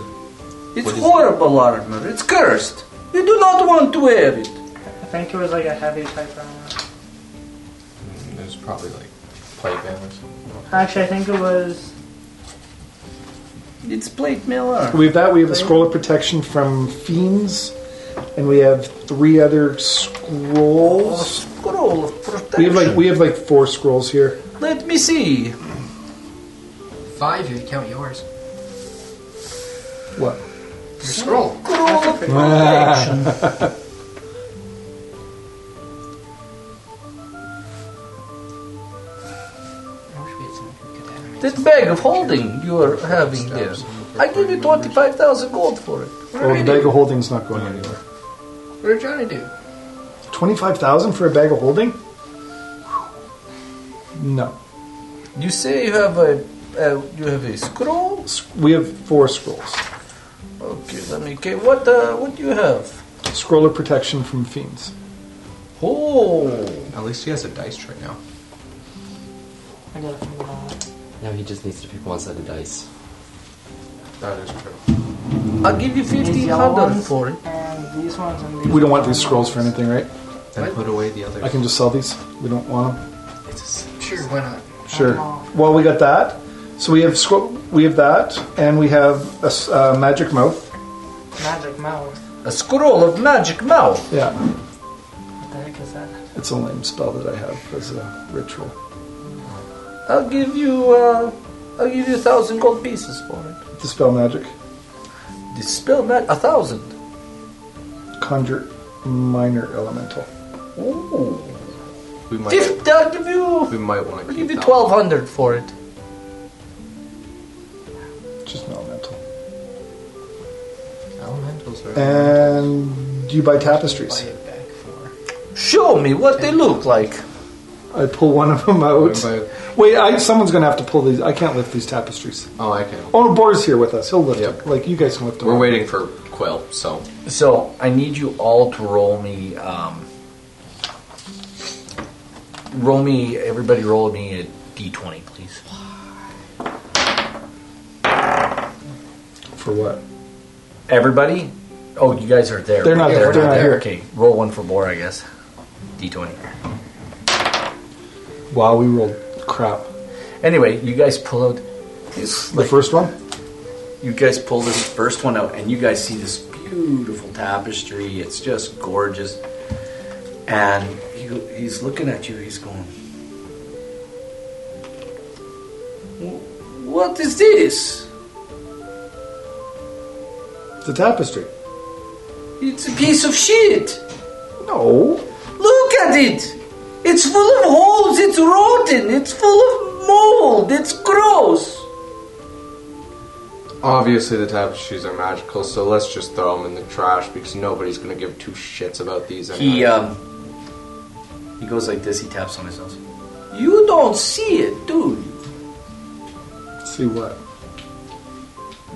Speaker 6: It's
Speaker 3: What is it?
Speaker 6: horrible armor. It's cursed. You do not want to wear it.
Speaker 8: I think it was like a heavy type armor.
Speaker 3: There's probably like plate banners.
Speaker 8: Actually, I think it was.
Speaker 6: It's plate mail armor.
Speaker 5: We have that. We have a scroll of protection from fiends, and we have three other
Speaker 6: A
Speaker 5: scrolls.
Speaker 6: scroll of protection.
Speaker 5: We have like we have like four scrolls here.
Speaker 6: Let me see.
Speaker 2: Five if you count yours.
Speaker 5: What?
Speaker 2: Your scroll.
Speaker 6: Scroll of protection.
Speaker 2: I wish we had something we could get
Speaker 6: that bag of holding you are having there. I give you 25,000 gold for it.
Speaker 5: Well, the Oh, bag of holding's not going anywhere.
Speaker 2: that. What did Johnny do?
Speaker 5: Twenty-five thousand for a bag of holding? No.
Speaker 6: You say you have a uh, you have a scroll.
Speaker 5: S- We have four scrolls.
Speaker 6: Okay, let me. Okay, what uh, what do you have?
Speaker 5: Scroll of protection from fiends.
Speaker 6: Oh,
Speaker 3: At least he has a dice tray now.
Speaker 8: I got it from the mall.
Speaker 9: Now he just needs to pick one set of dice.
Speaker 3: That is true.
Speaker 6: I'll give you
Speaker 8: These
Speaker 6: fifteen
Speaker 8: yellow
Speaker 6: hundred
Speaker 8: ones
Speaker 6: for it.
Speaker 8: and these ones and these.
Speaker 5: We don't want
Speaker 8: brown
Speaker 5: these scrolls for
Speaker 8: ones.
Speaker 5: anything, right?
Speaker 3: Then put away the other.
Speaker 5: I can just sell these. We don't want them.
Speaker 2: Sure, why not?
Speaker 5: Sure. Well, we got that. So we have scroll. We have that, and we have a s- uh, magic mouth.
Speaker 8: Magic mouth.
Speaker 6: A scroll of magic mouth.
Speaker 5: Yeah.
Speaker 8: What the heck is that?
Speaker 5: It's a lame spell that I have as a ritual.
Speaker 6: I'll give you. Uh, I'll give you a thousand gold pieces for it.
Speaker 5: Dispel magic.
Speaker 6: Dispel magic. A thousand.
Speaker 5: Conjure minor elemental.
Speaker 6: Ooh.
Speaker 3: We might.
Speaker 6: Fif- I'll give you.
Speaker 3: We might want to
Speaker 6: I'll
Speaker 3: keep
Speaker 6: give you
Speaker 3: that
Speaker 6: twelve hundred for it.
Speaker 5: Just an elemental.
Speaker 3: one. Elementals are.
Speaker 6: Uh,
Speaker 5: And you buy
Speaker 2: Buy
Speaker 5: tapestries.
Speaker 2: it back for.
Speaker 6: Show me what they look like.
Speaker 5: I pull one of them out.
Speaker 3: But-
Speaker 5: Wait, I, someone's going to have to pull these. I can't lift these tapestries.
Speaker 3: oh, I can.
Speaker 5: Oh, no, Boar's here with us. He'll lift
Speaker 3: Yep.
Speaker 5: it. Like, you guys can lift them.
Speaker 3: We're
Speaker 5: up.
Speaker 3: waiting for Quill. So
Speaker 6: So I need you all to roll me. Um, roll me. Everybody, roll me a d20, please.
Speaker 5: For what?
Speaker 6: Everybody,
Speaker 1: Oh, you guys are there.
Speaker 5: They're not
Speaker 1: Yeah,
Speaker 5: there.
Speaker 1: we're
Speaker 5: They're not here.
Speaker 1: Okay, roll one for Blore, I guess. D20.
Speaker 5: Wow, we rolled crap.
Speaker 1: Anyway, you guys pull out. It's
Speaker 5: The
Speaker 1: like-
Speaker 5: first one?
Speaker 1: you guys pull this first one out and you guys see this beautiful tapestry it's just gorgeous and he, he's looking at you he's going "Wh- what is this
Speaker 5: The tapestry.
Speaker 1: it's a piece of shit
Speaker 5: No.
Speaker 1: look at it it's full of holes it's rotten it's full of mold it's gross
Speaker 4: Obviously, the tapestries are magical, so let's just throw them in the trash because nobody's gonna give two shits about these.
Speaker 1: He
Speaker 4: anyway.
Speaker 1: um he goes like this. He taps on his nose. You don't see it, do you?
Speaker 5: See what?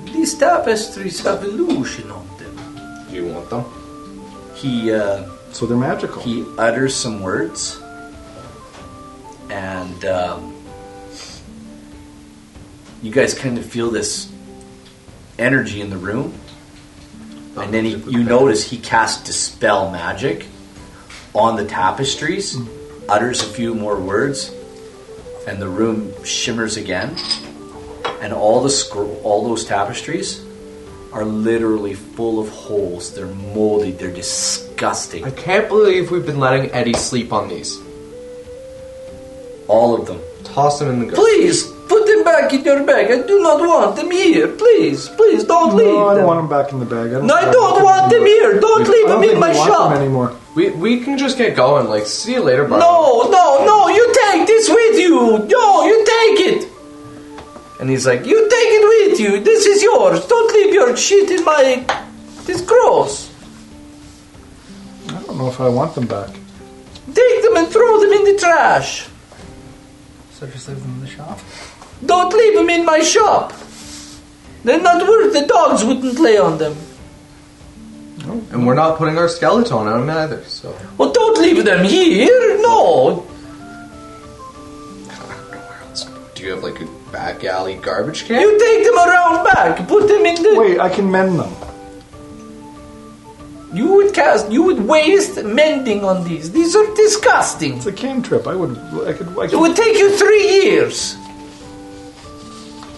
Speaker 1: These tapestries have illusion on them.
Speaker 4: Do you want them?
Speaker 1: He uh,
Speaker 5: So they're magical.
Speaker 1: he utters some words, and um, you guys kind of feel this energy in the room. and then he, you notice he casts dispel magic on the tapestries, utters a few more words, and the room shimmers again. And all the scro- all those tapestries are literally full of holes. They're moldy. They're disgusting.
Speaker 4: I can't believe we've been letting Eddie sleep on these.
Speaker 1: All of them.
Speaker 4: Toss them in the garbage.
Speaker 1: Please put them back in your bag. I do not want them here. Please, please don't leave.
Speaker 5: No, I
Speaker 1: them.
Speaker 5: don't want them back in the bag. I don't,
Speaker 1: No, I don't want them here. Don't
Speaker 5: I
Speaker 1: leave them
Speaker 5: don't think
Speaker 1: in my
Speaker 5: we want them
Speaker 1: shop.
Speaker 5: anymore.
Speaker 4: We we can just get going. Like, see you later, Barbara.
Speaker 1: No, no, no, you take this with you. No, you take it.
Speaker 4: And he's like,
Speaker 1: You take it with you. This is yours. Don't leave your shit in my. This gross.
Speaker 5: I don't know if I want them back.
Speaker 1: Take them and throw them in the trash.
Speaker 2: So just leave them in the shop.
Speaker 1: Don't leave them in my shop. They're not worth the dogs wouldn't lay on them.
Speaker 4: and we're not putting our skeleton on him either. So
Speaker 1: Well, don't leave them here. No.
Speaker 4: do you have like a back alley garbage can?
Speaker 1: You take them around back. Put them in the.
Speaker 5: Wait, I can mend them.
Speaker 1: You would cast. You would waste mending on these. These are disgusting.
Speaker 5: It's a cantrip. I would. I could. I
Speaker 1: It
Speaker 5: could
Speaker 1: would take you three years.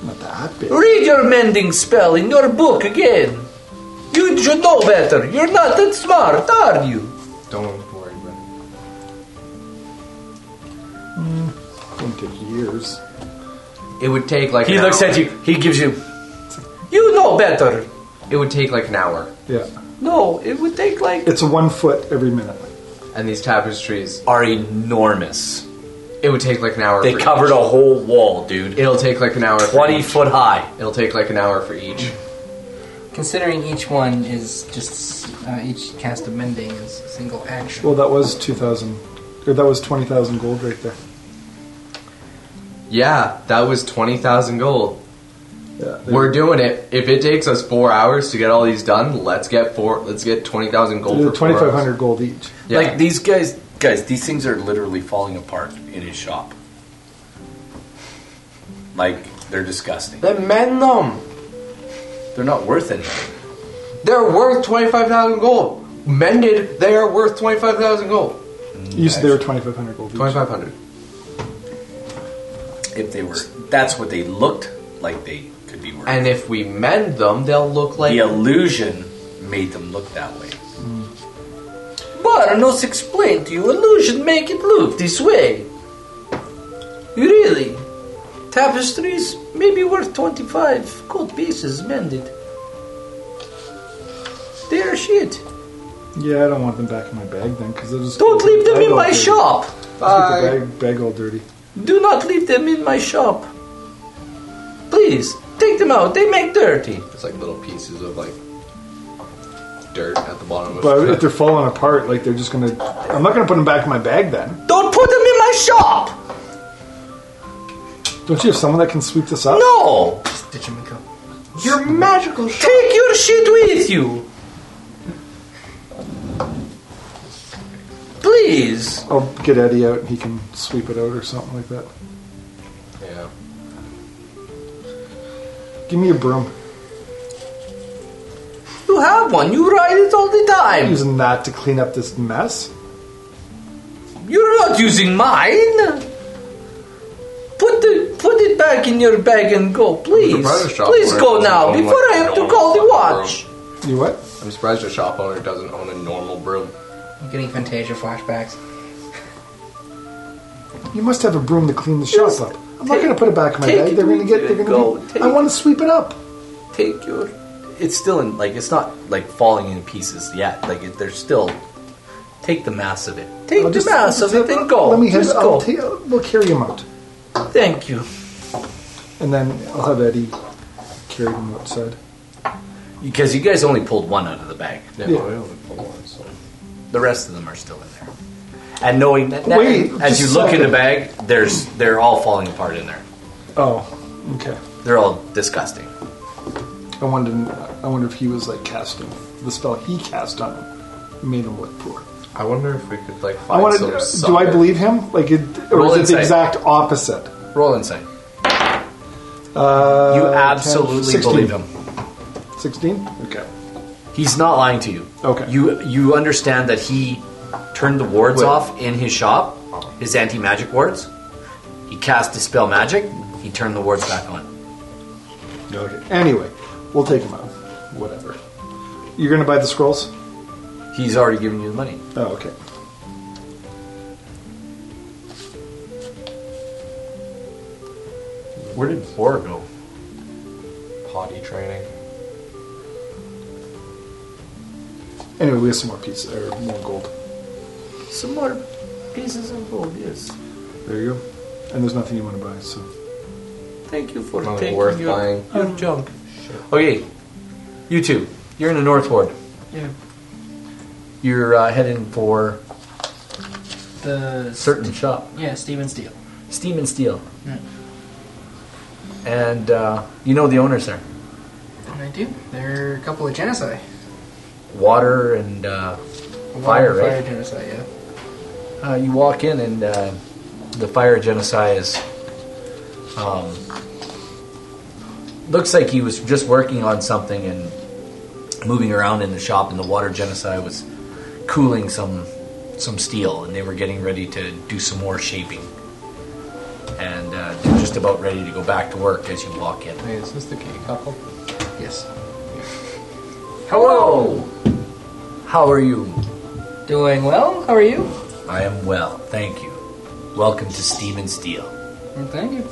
Speaker 5: not that big.
Speaker 1: Read your mending spell in your book again. You should know better. You're not that smart, are you?
Speaker 4: Don't worry about it.
Speaker 5: Wouldn't take years.
Speaker 4: It would take like an hour.
Speaker 1: you. He gives you. You know better.
Speaker 4: It would take like an hour,
Speaker 5: Yeah,
Speaker 1: No, it would take like.
Speaker 5: it's one foot every minute.
Speaker 4: and these tapestries.
Speaker 1: Are enormous.
Speaker 4: It would take like an hour. for each.
Speaker 1: whole wall, dude.
Speaker 4: It'll take like an hour. for each.
Speaker 1: foot high.
Speaker 4: It'll take like an hour for each.
Speaker 2: Considering each one is just uh, each cast of mending is a single action.
Speaker 5: Well, that was two thousand, or that was twenty thousand gold right there.
Speaker 4: Yeah, that was twenty thousand gold.
Speaker 5: Yeah, they-
Speaker 4: We're doing it. If it takes us four hours to get all these done, let's get four. Let's get twenty thousand gold
Speaker 5: they're
Speaker 4: for four hours.
Speaker 5: twenty five hundred gold each.
Speaker 4: Yeah.
Speaker 1: Like these guys, guys, these things are literally falling apart in his shop. Like they're disgusting.
Speaker 4: Then mend
Speaker 1: um,
Speaker 4: them.
Speaker 1: They're not worth anything.
Speaker 4: They're worth twenty five thousand gold. Mended, they are worth twenty five thousand gold.
Speaker 5: You said they were twenty five hundred gold each.
Speaker 4: Twenty five hundred.
Speaker 1: If they were, that's what they looked like. They could be worth.
Speaker 4: And if we mend them, they'll look like
Speaker 1: the illusion made them look that way. Barnos explained to you, illusion make it look this way. Really? Tapestries may be worth 25 gold pieces mended. They are shit.
Speaker 5: Yeah, I don't want them back in my bag then, because just
Speaker 1: Don't leave them
Speaker 5: bag
Speaker 1: in
Speaker 5: all
Speaker 1: my
Speaker 5: dirty.
Speaker 1: shop.
Speaker 5: Just get the bag, bag all dirty.
Speaker 1: Do not leave them in my shop. Please, take them out. They make dirty.
Speaker 4: it's like little pieces of like dirt at the bottom of
Speaker 5: But if they're falling apart, like they're just gonna, I'm not gonna put them back in my bag then.
Speaker 1: Don't put them in my shop.
Speaker 5: Don't you have someone that can sweep this up?
Speaker 1: No.
Speaker 2: Just ditch them and go.
Speaker 4: Your magical shot.
Speaker 1: Take your shit with you. Please.
Speaker 5: I'll get Eddie out and he can sweep it out or something like that.
Speaker 4: Yeah.
Speaker 5: Give me a broom.
Speaker 6: You have one. You ride it all the
Speaker 5: I'm
Speaker 6: time.
Speaker 5: using that to clean up this mess.
Speaker 6: You're not using mine. Put the put it back in your bag and go, please.
Speaker 4: brother shop
Speaker 6: Please
Speaker 4: owner
Speaker 6: go
Speaker 4: doesn't
Speaker 6: now
Speaker 4: own, like,
Speaker 6: before I have to
Speaker 4: their
Speaker 6: call
Speaker 4: own
Speaker 6: the
Speaker 4: fucking
Speaker 6: watch.
Speaker 5: You what?
Speaker 4: I'm surprised your shop owner doesn't own a normal broom.
Speaker 2: I'm getting Fantasia flashbacks.
Speaker 5: You must have a broom to clean the shop up. I'm not going to put it back in my
Speaker 6: take
Speaker 5: bag.
Speaker 6: it
Speaker 5: They're going to
Speaker 6: with
Speaker 5: get.
Speaker 6: you
Speaker 5: They're
Speaker 6: and
Speaker 5: going
Speaker 6: go.
Speaker 5: to.
Speaker 6: Take
Speaker 5: I
Speaker 6: it.
Speaker 5: want to sweep it up.
Speaker 6: Take your. It's still in like it's not like falling in pieces yet. Like it, there's still. Take the mass of it. Take
Speaker 5: I'll
Speaker 6: the
Speaker 5: just-
Speaker 6: mass of it and go.
Speaker 5: Let me have.
Speaker 6: Just
Speaker 5: I'll
Speaker 6: go.
Speaker 5: ta- we'll carry him out,
Speaker 6: Thank you.
Speaker 5: and then I'll have Eddie carry him outside.
Speaker 6: Because you guys only pulled one out of the bag.
Speaker 4: Yeah,
Speaker 5: Yeah.
Speaker 4: I only pull one, so.
Speaker 6: The rest of them are still in there. And knowing that,
Speaker 5: Wait,
Speaker 6: as
Speaker 5: just a
Speaker 6: you look in the
Speaker 5: second.
Speaker 6: bag, there's they're all falling apart in there.
Speaker 5: Oh, okay.
Speaker 6: They're all disgusting.
Speaker 5: I wonder. I wonder if he was like casting the spell he cast on him made him look poor.
Speaker 4: I wonder if we could like
Speaker 5: I
Speaker 4: find
Speaker 5: want
Speaker 4: some.
Speaker 5: to. Do I
Speaker 4: sucker.
Speaker 5: believe him? Like, it, or
Speaker 6: Roll
Speaker 5: is it the
Speaker 6: insight.
Speaker 5: exact opposite?
Speaker 6: Roll inside.
Speaker 5: Uh,
Speaker 6: You
Speaker 5: 10,
Speaker 6: absolutely
Speaker 5: 16.
Speaker 6: believe him.
Speaker 5: Sixteen. Okay.
Speaker 6: He's not lying to you.
Speaker 5: Okay.
Speaker 6: You you understand that he turned the wards
Speaker 4: Wait.
Speaker 6: off in his shop, his anti magic wards. He cast dispel magic. He turned the wards back on.
Speaker 5: Okay. Anyway, we'll take him out. Whatever. You're gonna buy the scrolls?
Speaker 6: He's already given you the money.
Speaker 5: Oh, okay.
Speaker 6: Where did Bora go?
Speaker 4: potty training?
Speaker 5: Anyway, we have some more pieces or more gold.
Speaker 6: Some more pieces of gold. Yes.
Speaker 5: There you go. And there's nothing you want to buy, so
Speaker 6: Thank you for
Speaker 4: Nothing
Speaker 6: taking
Speaker 4: worth
Speaker 6: your,
Speaker 4: buying.
Speaker 6: your junk. Okay, you two, you're in the North Ward.
Speaker 2: Yeah.
Speaker 6: You're uh, heading for
Speaker 2: The
Speaker 6: a certain shop,
Speaker 2: yeah, Steven Steele.
Speaker 6: Steam and Steel,
Speaker 2: Yeah.
Speaker 6: and uh, you know the owners there.
Speaker 2: And I do. There are a couple of genocide.
Speaker 6: Water and uh,
Speaker 2: One
Speaker 6: Fire, eh? right?
Speaker 2: Fire genocide. Yeah.
Speaker 6: uh, you walk in and uh, the fire genocide is. Um, looks like he was just working on something and moving around in the shop, and the water genocide was cooling some some steel, and they were getting ready to do some more shaping. And uh, they're just about ready to go back to work as you walk in.
Speaker 4: Hey, is this the gay couple?
Speaker 2: Yes.
Speaker 6: Hello. How are you?
Speaker 2: Doing well. How are you?
Speaker 6: I am well, thank you. Welcome to Steam and Steel.
Speaker 2: Well, thank you.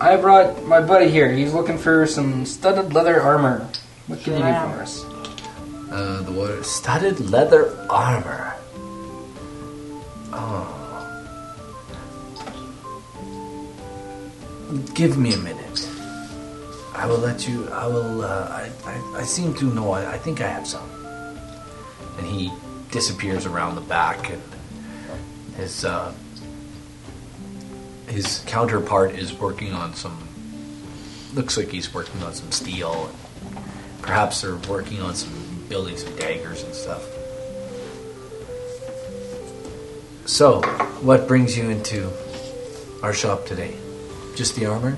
Speaker 2: I brought my buddy here. He's looking for some studded leather armor. What can you do
Speaker 8: Yeah.
Speaker 2: for us?
Speaker 6: Uh, the water studded leather armor. Oh. Give me a minute. I will let you. I will. Uh, I, I. I seem to know. I, I think I have some. And he disappears around the back, and his uh, his counterpart is working on some. Looks like he's working on some steel. Perhaps they're working on some building some daggers and stuff. So, what brings you into our shop today? Just the armor?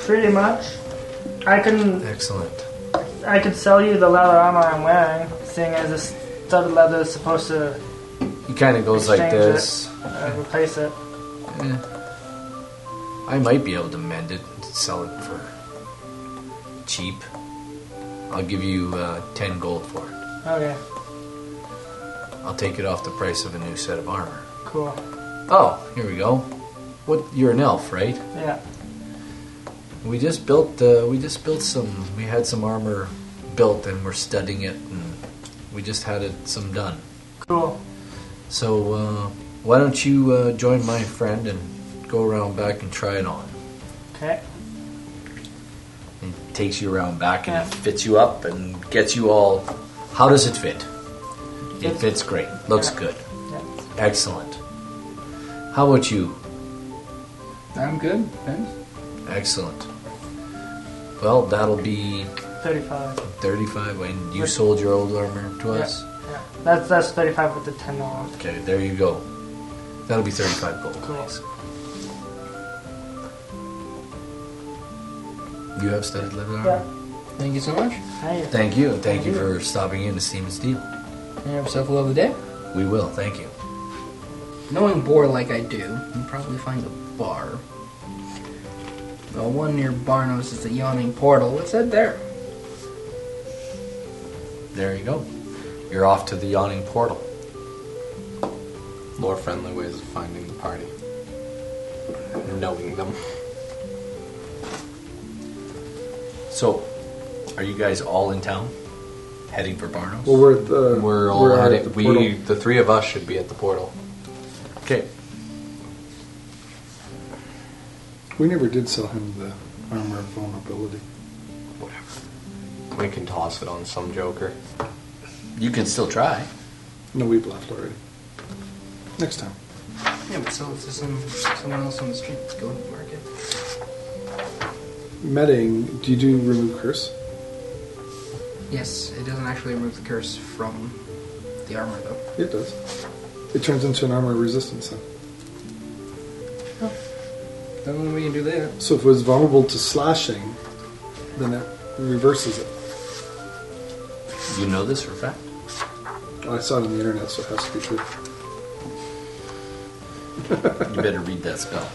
Speaker 8: Pretty much. I can
Speaker 6: Excellent.
Speaker 8: I could sell you the leather armor I'm wearing, seeing as this studded leather is supposed to
Speaker 6: He kind of goes like
Speaker 8: Exchange it.
Speaker 6: this.
Speaker 8: uh, replace it.
Speaker 6: I might be able to mend it and sell it for cheap. I'll give you uh, 10 gold for it.
Speaker 8: Okay,
Speaker 6: I'll take it off the price of a new set of armor.
Speaker 8: cool.
Speaker 6: Oh, here we go. What you're an elf, right?
Speaker 8: Yeah.
Speaker 6: We just built. Uh, we just built some. We had some armor built, and we're studding it, and we just had it some done.
Speaker 8: Cool.
Speaker 6: So uh, why don't you uh, join my friend and go around back and try it on?
Speaker 8: Okay.
Speaker 6: And he takes you around back and
Speaker 8: Yeah.
Speaker 6: fits you up and gets you all. How does it fit? It
Speaker 8: It's-
Speaker 6: fits great. Looks
Speaker 8: Yeah.
Speaker 6: good.
Speaker 8: Yeah.
Speaker 6: Excellent. How about you?
Speaker 2: I'm good. Thanks.
Speaker 6: Excellent. Well, that'll be
Speaker 8: 35.
Speaker 6: thirty-five. And you sold your old armor to
Speaker 8: Yeah.
Speaker 6: us.
Speaker 8: Yeah. That's that's 35 with the 10 on.
Speaker 6: Okay, there you go. That'll be 35 gold.
Speaker 8: Cool.
Speaker 6: please. You have studded leather
Speaker 8: Yeah.
Speaker 6: armor?
Speaker 2: Thank you so much.
Speaker 8: Hey,
Speaker 1: Thank you. Thank you for stopping in to Steam and Steel.
Speaker 2: Have yourself a lovely day.
Speaker 1: We will. Thank you.
Speaker 2: Knowing Boar like I do, you'll probably find a bar. The one near Barnos is the yawning portal. What's that there?
Speaker 1: There you go. You're off to the yawning portal.
Speaker 4: Lore friendly ways of finding the party. Knowing them.
Speaker 1: So, are you guys all in town? Heading for Barnos?
Speaker 5: Well, we're at the
Speaker 4: We're all
Speaker 5: at
Speaker 4: headed.
Speaker 5: the portal.
Speaker 4: we, the three of us, should be at the portal.
Speaker 1: Okay.
Speaker 5: we never did sell him the armor of vulnerability.
Speaker 4: We can toss it on some joker.
Speaker 1: You can still try.
Speaker 5: No, we've left already. Next time.
Speaker 2: Yeah, but so if there's some, someone else on the street, let's go to the market.
Speaker 5: Medding, do you do remove curse?
Speaker 2: Yes, it doesn't actually remove the curse from the armor, though.
Speaker 5: It does. It turns into an armor resistance then.
Speaker 2: Then we can do that.
Speaker 5: So if it was vulnerable to slashing, then it reverses it.
Speaker 1: You know this for a fact.
Speaker 5: Oh, I saw it on the internet, so it has to be true.
Speaker 1: You better read that spell.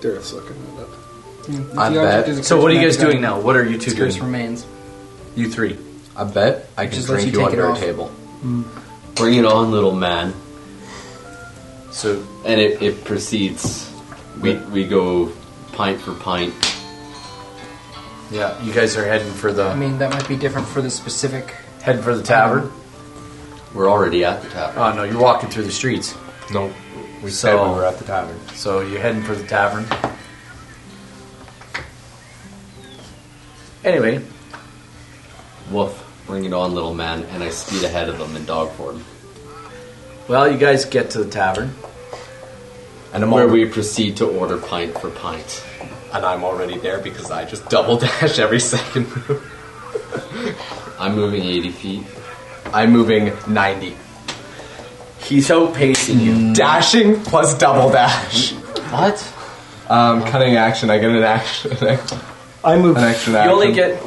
Speaker 5: Daryl's looking it up.
Speaker 2: Hmm,
Speaker 4: I bet.
Speaker 1: So, what are you guys doing now? What are you two
Speaker 2: Curse
Speaker 1: doing?
Speaker 2: remains.
Speaker 1: You three.
Speaker 4: I bet I can
Speaker 2: Just lets
Speaker 4: drink
Speaker 2: you
Speaker 4: you,
Speaker 2: take it
Speaker 4: under a
Speaker 2: off. Mm.
Speaker 4: table.
Speaker 3: Bring it on, little man.
Speaker 1: So,
Speaker 3: And it, it proceeds. We, we go pint for pint.
Speaker 1: yeah, you guys are heading for the
Speaker 2: I mean, that might be different for the specific.
Speaker 1: heading for the tavern.
Speaker 3: We're already at the
Speaker 5: Ah.
Speaker 3: tavern.
Speaker 1: Oh no, you're walking through the streets.
Speaker 4: Nope. We
Speaker 1: So-
Speaker 4: said we were at the tavern.
Speaker 1: So you're heading for the tavern. Anyway,
Speaker 3: Woof. Bring it on, little man. And I speed ahead of them in dog form.
Speaker 1: well, you guys get to the tavern.
Speaker 4: And I'm,
Speaker 3: Where
Speaker 4: al-
Speaker 3: we proceed to order pint for pint.
Speaker 4: and I'm already there because I just double dash every second move.
Speaker 3: I'm moving 80 feet.
Speaker 4: I'm moving 90.
Speaker 1: He's outpacing
Speaker 4: Mm.
Speaker 1: you.
Speaker 4: Dashing plus double dash.
Speaker 3: What?
Speaker 4: Um, cutting action. I get an action. An action.
Speaker 5: I move.
Speaker 1: You
Speaker 4: action.
Speaker 1: only get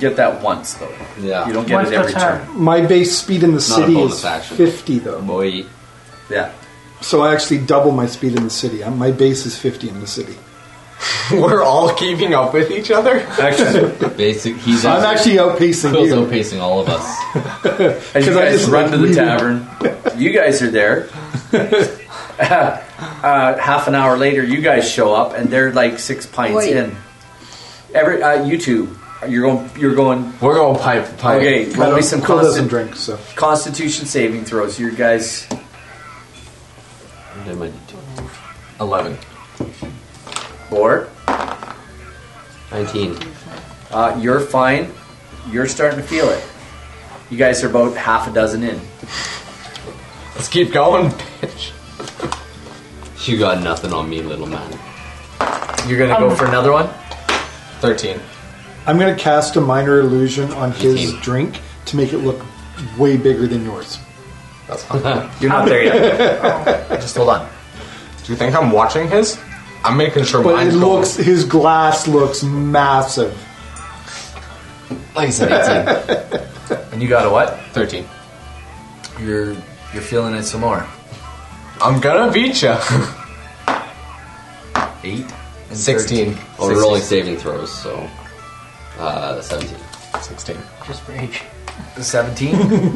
Speaker 1: get that once though.
Speaker 3: Yeah.
Speaker 1: You don't get
Speaker 8: Once
Speaker 1: it
Speaker 8: per
Speaker 1: every
Speaker 8: turn.
Speaker 1: turn.
Speaker 5: My base speed in the
Speaker 3: Not a
Speaker 5: city
Speaker 3: bonus
Speaker 5: is
Speaker 3: action.
Speaker 5: 50, though.
Speaker 3: Boy.
Speaker 1: Yeah.
Speaker 5: So I actually double my speed in the city. I'm- My base is 50 in the city.
Speaker 4: We're all keeping up with each other.
Speaker 3: Basic. He's
Speaker 5: I'm actually outpacing
Speaker 3: Quill's
Speaker 5: you.
Speaker 3: outpacing all of us.
Speaker 1: As you
Speaker 5: 'Cause I
Speaker 1: guys
Speaker 5: just
Speaker 1: run
Speaker 5: like
Speaker 1: to the
Speaker 5: leaving.
Speaker 1: tavern, you guys are there. uh, half an hour later, you guys show up, and they're like six pints
Speaker 2: Wait.
Speaker 1: in. Every uh, you two, you're going. You're going.
Speaker 4: We're going pipe for pipe.
Speaker 1: Okay,
Speaker 5: I
Speaker 1: roll me
Speaker 5: don't-
Speaker 1: some
Speaker 5: Quill doesn't
Speaker 1: constant,
Speaker 5: drink, so.
Speaker 1: Constitution saving throws. You guys,
Speaker 3: What am I doing?
Speaker 4: Eleven.
Speaker 1: or
Speaker 3: 19.
Speaker 1: uh, you're fine. You're starting to feel it. You guys are about half a dozen in.
Speaker 4: Let's keep going, bitch.
Speaker 3: You got nothing on me, little man.
Speaker 1: You're gonna go
Speaker 8: Um,
Speaker 1: for another one.
Speaker 4: Thirteen.
Speaker 5: I'm going to cast a minor illusion on his
Speaker 3: 18.
Speaker 5: drink to make it look way bigger than yours.
Speaker 4: That's fine.
Speaker 1: You're not there yet. Oh. Just hold on.
Speaker 4: Do you think I'm watching his? I'm making sure
Speaker 5: But it
Speaker 4: mine's
Speaker 5: looks, his glass looks massive.
Speaker 3: Like I said, 18.
Speaker 1: And you got a what?
Speaker 4: going. Thirteen.
Speaker 1: You're you're feeling it some more.
Speaker 4: I'm gonna beat you.
Speaker 1: Eight. and
Speaker 4: Sixteen.
Speaker 3: oh, we're rolling saving throws, so. Uh, 17.
Speaker 4: Sixteen.
Speaker 2: Just rage.
Speaker 1: 17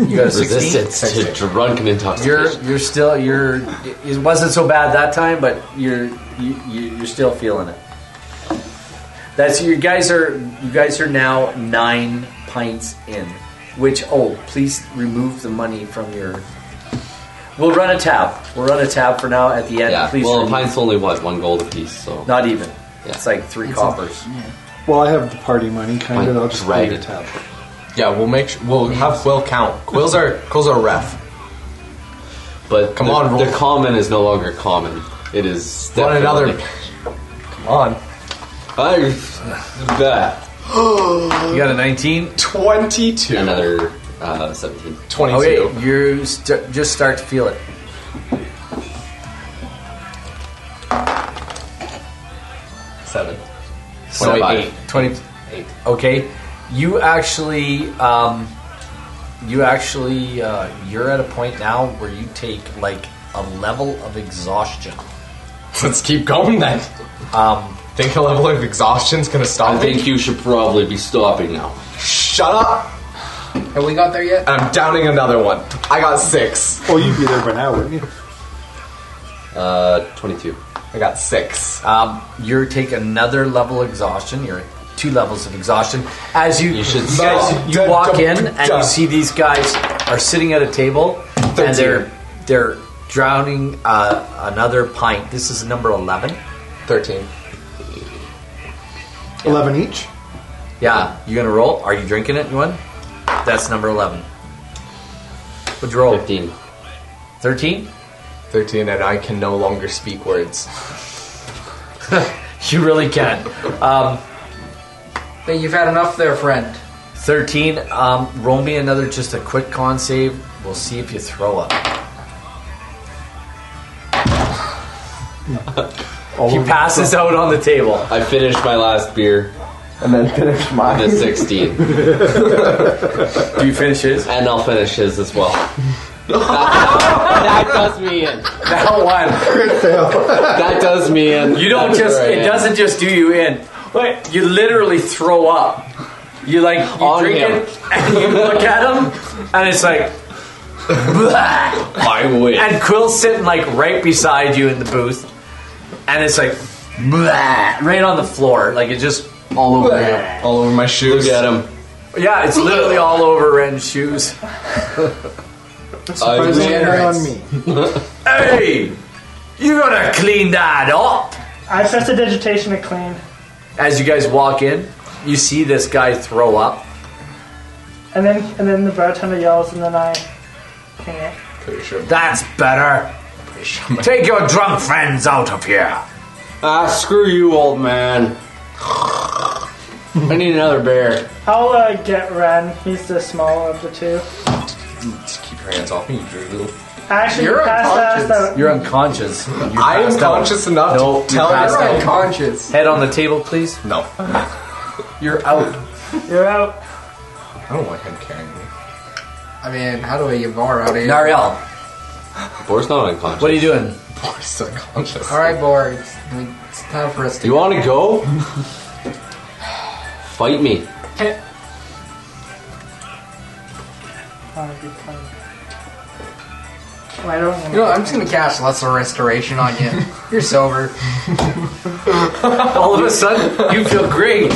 Speaker 1: you got a 16
Speaker 3: Resistance to drunken
Speaker 1: you're
Speaker 3: intoxication.
Speaker 1: you're still you're it wasn't so bad that time but you're you, you- you're still feeling it that's you guys are you guys are now nine pints in which oh please remove the money from your we'll run a tab we'll run a tab for now at the end
Speaker 3: yeah,
Speaker 1: please
Speaker 3: well, a
Speaker 1: remove-
Speaker 3: pint's only what? One gold apiece, so.
Speaker 1: not even
Speaker 3: Yeah.
Speaker 1: it's like three coppers
Speaker 5: Well, I have the party money, kind of.
Speaker 3: Like
Speaker 5: I'll just play
Speaker 3: dragon.
Speaker 5: your tab.
Speaker 4: Yeah, we'll make. Sure, we'll have Quill count. Quill's our Quill's our ref.
Speaker 3: But
Speaker 4: Come
Speaker 3: the,
Speaker 4: on, roll.
Speaker 3: the common is no longer common. It is
Speaker 4: Run another.
Speaker 3: definitely-
Speaker 4: Come on.
Speaker 3: I bet.
Speaker 1: you got a 19
Speaker 4: Twenty-two.
Speaker 3: Another uh, 17.
Speaker 4: Twenty-two.
Speaker 1: okay Oh, you st- just start to feel it
Speaker 4: Seven.
Speaker 1: so
Speaker 6: 25.
Speaker 4: Eight. 28.
Speaker 6: Okay, you actually, um, you actually, uh, you're at a point now where you take like a level of exhaustion.
Speaker 4: Let's keep going then.
Speaker 6: Um,
Speaker 4: Think a level of exhaustion's gonna
Speaker 10: I
Speaker 4: stop me?
Speaker 10: think you should probably be stopping now.
Speaker 4: Shut up!
Speaker 2: Have we got there yet?
Speaker 4: And I'm downing another one. I got six.
Speaker 5: Well, Oh, you'd be there by now, wouldn't you?
Speaker 3: Uh, 22.
Speaker 4: I got six. Uh,
Speaker 6: um, you take another level of exhaustion. You're at two levels of exhaustion. As you, you,
Speaker 10: should
Speaker 6: guys,
Speaker 4: stop.
Speaker 6: you walk in and you see these guys are sitting at a table and they're they're drowning uh, another pint. This is number eleven.
Speaker 4: Thirteen.
Speaker 5: 11 each?
Speaker 6: Yeah, you gonna roll? Are you drinking it, one? That's number eleven. What'd you roll?
Speaker 3: 15.
Speaker 6: Thirteen.
Speaker 4: Thirteen, and I can no longer speak words.
Speaker 6: You really can. Um,
Speaker 2: But you've had enough there, friend.
Speaker 6: Thirteen. Um, roll me another, just a quick con save. We'll see if you throw up.
Speaker 5: All
Speaker 6: He
Speaker 5: of
Speaker 6: passes out on the table.
Speaker 3: I finished my last beer.
Speaker 11: And then finish mine.
Speaker 3: The 16.
Speaker 6: Do you finish his?
Speaker 3: and I'll finish his as well. that does me in.
Speaker 6: That one.
Speaker 3: That does me in.
Speaker 6: You don't
Speaker 3: That's
Speaker 6: just.
Speaker 3: where I
Speaker 6: It
Speaker 3: am.
Speaker 6: doesn't just do you in. Wait, you literally throw up. You like you
Speaker 3: On
Speaker 6: drink
Speaker 3: him.
Speaker 6: it and you look at him, and it's like. Blah.
Speaker 10: I win.
Speaker 6: And Quill's sitting like right beside you in the booth, and it's like blah, right on the floor, like it just all over. you.
Speaker 4: All over my shoes.
Speaker 3: Look at him.
Speaker 6: Yeah, it's literally all over Ren's shoes.
Speaker 3: I
Speaker 5: Surprisingly,
Speaker 3: win.
Speaker 5: they're on me.
Speaker 6: Hey, you gotta clean that up.
Speaker 8: I sense the digitation to clean.
Speaker 6: As you guys walk in, you see this guy throw up.
Speaker 8: And then and then the bartender yells and then I hang it.
Speaker 4: Pretty sure.
Speaker 6: That's better. Take your drunk friends out of here.
Speaker 3: Ah, screw you, old man. I need another bear.
Speaker 8: I'll uh, get Ren. He's the smaller of the two.
Speaker 4: Just keep your hands off me, you drool.
Speaker 8: Actually,
Speaker 2: You're
Speaker 8: pass that
Speaker 2: unconscious.
Speaker 8: out.
Speaker 6: You're unconscious. You
Speaker 4: I am
Speaker 6: passed out.
Speaker 4: conscious enough
Speaker 6: No,
Speaker 4: to
Speaker 6: you
Speaker 4: tell
Speaker 6: passed
Speaker 4: you.
Speaker 6: out.
Speaker 2: Unconscious.
Speaker 6: Head on the table, please.
Speaker 4: No. I
Speaker 6: You're out.
Speaker 8: You're out.
Speaker 4: don't want him carrying me.
Speaker 2: I mean, how do we get Var out of here?
Speaker 6: Nariel,
Speaker 3: Boar's not unconscious.
Speaker 6: what are you doing?
Speaker 4: Poor subconscious.
Speaker 2: All right, Var. It's, it's time for us to.
Speaker 3: You want to go? Fight me.
Speaker 8: Oh, good plan. Well, I don't
Speaker 2: You know, I'm just gonna cast Lesser Restoration on you. You're sober.
Speaker 6: All of a sudden, you feel great.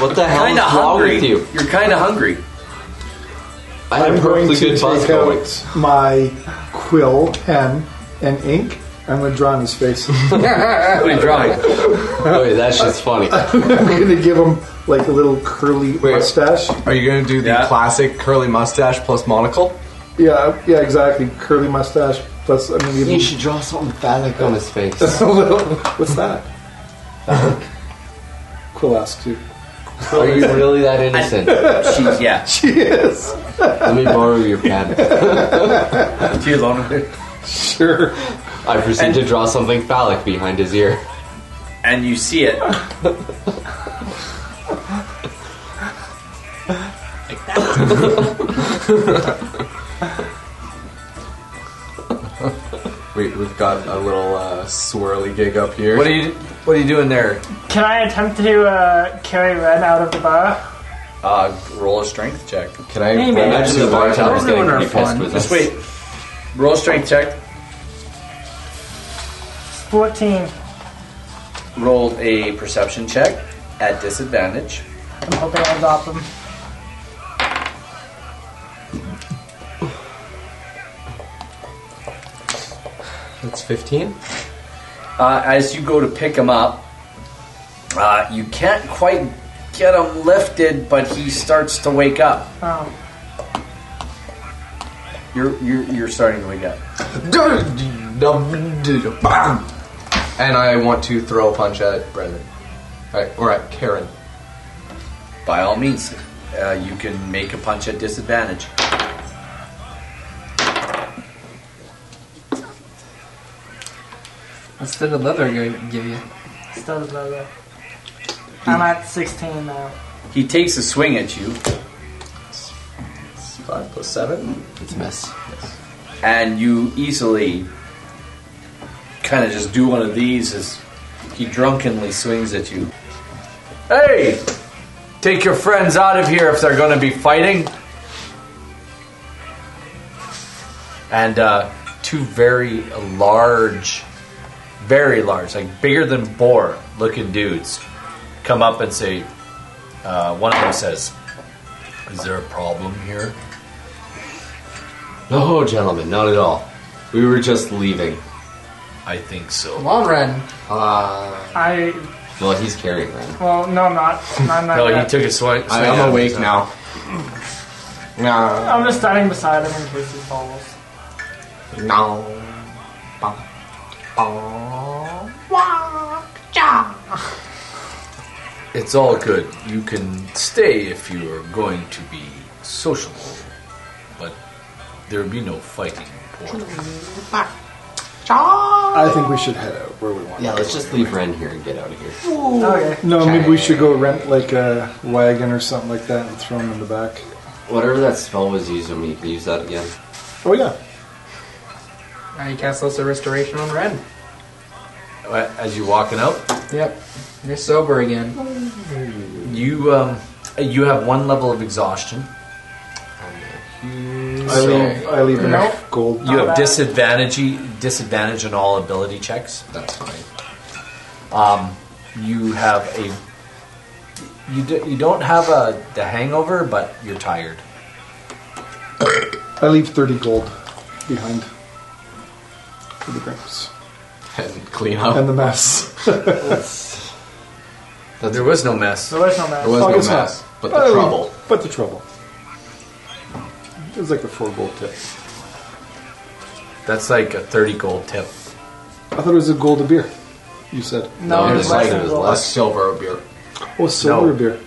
Speaker 3: What the hell is
Speaker 6: Kind of
Speaker 3: wrong
Speaker 6: hungry.
Speaker 3: with you?
Speaker 6: You're kind of hungry.
Speaker 3: I had a
Speaker 5: I'm going
Speaker 3: perfectly
Speaker 5: to
Speaker 3: good
Speaker 5: take
Speaker 3: buzz
Speaker 5: out
Speaker 3: going.
Speaker 5: my quill, pen, and ink. I'm going to draw on his face.
Speaker 6: What are you drawing?
Speaker 3: Wait, that shit's funny.
Speaker 5: I'm going to give him like a little curly
Speaker 4: Wait.
Speaker 5: mustache.
Speaker 4: Are you gonna do the
Speaker 6: Yeah.
Speaker 4: classic curly mustache plus monocle?
Speaker 5: Yeah, yeah, exactly. Curly mustache. Plus, I'm going to give
Speaker 3: You
Speaker 5: him
Speaker 3: should draw something phallic on his face.
Speaker 5: a little. What's that? Uh, quill asks you.
Speaker 3: Are you really that innocent?
Speaker 6: She's, yeah.
Speaker 5: She is.
Speaker 3: Let me borrow your pen.
Speaker 6: She's alone.
Speaker 5: Sure.
Speaker 3: I proceed to draw something phallic behind his ear.
Speaker 6: And you see it.
Speaker 4: We, we've got a little uh, swirly gig up here.
Speaker 6: What are you? What are you doing there?
Speaker 8: Can I attempt to uh, carry Ren out of the bar?
Speaker 6: Uh, roll a strength check.
Speaker 4: Can I
Speaker 8: Hey, man.
Speaker 4: run up
Speaker 3: Imagine
Speaker 4: to
Speaker 3: the
Speaker 4: the bartender?
Speaker 3: bartender's getting pretty pissed with us.
Speaker 6: Just wait. Roll a strength check.
Speaker 8: 14.
Speaker 6: Roll a perception check at disadvantage.
Speaker 8: I'm hoping I'll drop him.
Speaker 4: That's 15?
Speaker 6: Uh, as you go to pick him up, uh, you can't quite get him lifted, but he starts to wake up.
Speaker 8: Oh.
Speaker 6: You're you're, you're starting to wake up.
Speaker 4: And I want to throw a punch at Brendan. Right, or at Karen.
Speaker 6: By all means, uh, you can make a punch at disadvantage.
Speaker 2: What's the leather gonna give you?
Speaker 8: Still another. I'm at 16 now.
Speaker 6: He takes a swing at you,
Speaker 4: Five plus seven.
Speaker 3: It's a mess.
Speaker 6: and you easily kind of just do one of these as he drunkenly swings at you. Hey! Take your friends out of here if they're going to be fighting. And uh, two very large, very large, like bigger than boar looking dudes come up and say, uh, one of them says, Is there a problem here?
Speaker 3: No, gentlemen, not at all. We were just leaving.
Speaker 6: I think so.
Speaker 2: Come on, Ren.
Speaker 3: Uh,
Speaker 8: I
Speaker 3: well, he's carrying Ren.
Speaker 8: well, no, I'm not. I'm not.
Speaker 6: No, he
Speaker 8: yet.
Speaker 6: took a swing.
Speaker 4: I am awake now. No,
Speaker 8: I'm just standing beside him in case he falls.
Speaker 4: no. Bum, bum.
Speaker 6: It's all good. You can stay if you are going to be sociable, but there will be no fighting.
Speaker 5: I think we should head out where we want.
Speaker 3: Yeah, let's just leave Ren here and get out of here.
Speaker 8: Okay.
Speaker 5: No, maybe we should go rent like a wagon or something like that and throw him in the back.
Speaker 3: Whatever that spell was used on me, you can use that again.
Speaker 5: Oh yeah,
Speaker 2: Now you cast Lesser Restoration on Ren.
Speaker 6: As you're walking out,
Speaker 2: Yep. You're sober again.
Speaker 6: you um, you have one level of exhaustion.
Speaker 5: I leave. I leave enough gold.
Speaker 6: You have
Speaker 8: bad.
Speaker 6: disadvantage disadvantage on all ability checks. Um,
Speaker 4: That's fine.
Speaker 6: You have a you do, you don't have a the hangover, but you're tired.
Speaker 5: I leave thirty gold behind for the gramps
Speaker 4: And clean up.
Speaker 5: and the mess.
Speaker 6: There was no mess.
Speaker 8: There was no match.
Speaker 4: There was
Speaker 5: Oh, I
Speaker 4: no
Speaker 5: guess not.
Speaker 4: mess, but
Speaker 5: I
Speaker 4: the
Speaker 5: leave-
Speaker 4: trouble.
Speaker 5: But the trouble. It was like a four gold tip.
Speaker 6: That's like a thirty gold tip.
Speaker 5: I thought it was a gold a beer. You said
Speaker 8: No,
Speaker 3: No, it
Speaker 8: it was
Speaker 3: was
Speaker 8: less
Speaker 3: like
Speaker 8: than
Speaker 3: it was
Speaker 8: gold.
Speaker 4: A silver beer.
Speaker 5: oh silver
Speaker 6: No.
Speaker 5: beer.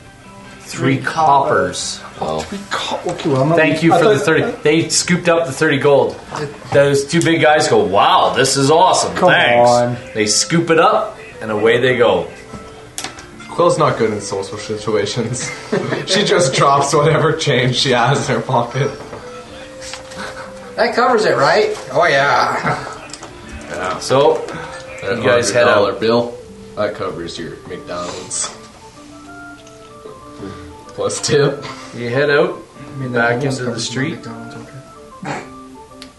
Speaker 6: Three coppers.
Speaker 3: Oh,
Speaker 5: We ca- Okay, well I'm not.
Speaker 6: Thank you
Speaker 5: I
Speaker 6: for the
Speaker 5: thought-
Speaker 6: 30. They scooped up the 30 gold. Those two big guys go, wow, this is awesome.
Speaker 5: Come
Speaker 6: Thanks.
Speaker 5: on.
Speaker 6: They scoop it up, and away they go.
Speaker 4: Quill's not good in social situations. she just drops whatever change she has in her pocket.
Speaker 2: That covers it, right? Oh yeah.
Speaker 6: So,
Speaker 4: That
Speaker 6: guys head
Speaker 4: $100
Speaker 6: out.
Speaker 4: bill. That covers your McDonald's. Plus tip.
Speaker 6: you head out.
Speaker 2: I mean, that
Speaker 6: Back
Speaker 2: almost
Speaker 6: into the
Speaker 2: covers
Speaker 6: street.
Speaker 2: McDonald's, okay.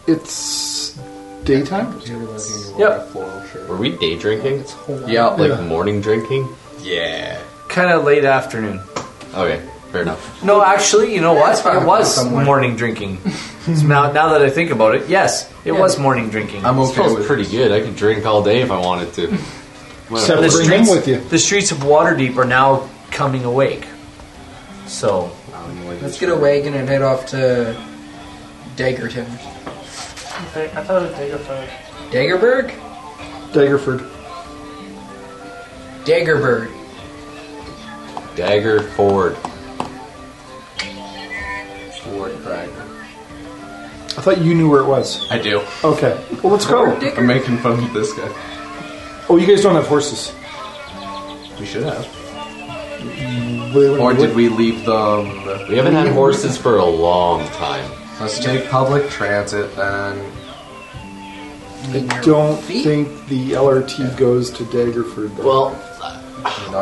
Speaker 5: It's daytime.
Speaker 6: Yep.
Speaker 3: were we day drinking?
Speaker 4: Yeah,
Speaker 3: Like
Speaker 5: Yeah.
Speaker 3: morning drinking?
Speaker 4: yeah.
Speaker 6: Kind of late afternoon.
Speaker 3: Okay, fair enough.
Speaker 6: No, actually, you know what?
Speaker 2: fine.
Speaker 6: It was
Speaker 2: Somewhere.
Speaker 6: morning drinking. So now, now that I think about it, yes, it was morning drinking.
Speaker 4: I'm
Speaker 3: This
Speaker 4: okay
Speaker 3: feels
Speaker 4: with
Speaker 3: pretty good. I could drink all day if I wanted to.
Speaker 5: Except
Speaker 6: The
Speaker 5: bring him
Speaker 6: streets,
Speaker 5: with you.
Speaker 6: the streets of Waterdeep are now coming awake. So,
Speaker 2: Let's get a wagon and head off to Daggerton.
Speaker 8: Okay, I thought it was bigger first.
Speaker 2: Daggerberg?
Speaker 5: Daggerford.
Speaker 2: Daggerberg.
Speaker 3: Dagger forward.
Speaker 4: Ford Cracker.
Speaker 5: I thought you knew where it was.
Speaker 4: I do.
Speaker 5: Okay. Well, let's go.
Speaker 4: I'm making fun of this guy.
Speaker 5: Oh, you guys don't have horses.
Speaker 4: We should have.
Speaker 5: They wouldn't
Speaker 4: Or
Speaker 5: do it.
Speaker 4: did we leave them? the-
Speaker 3: We haven't had horses for a long time.
Speaker 4: Let's take public transit then.
Speaker 5: I don't think the LRT goes to Daggerford. Though.
Speaker 3: Well,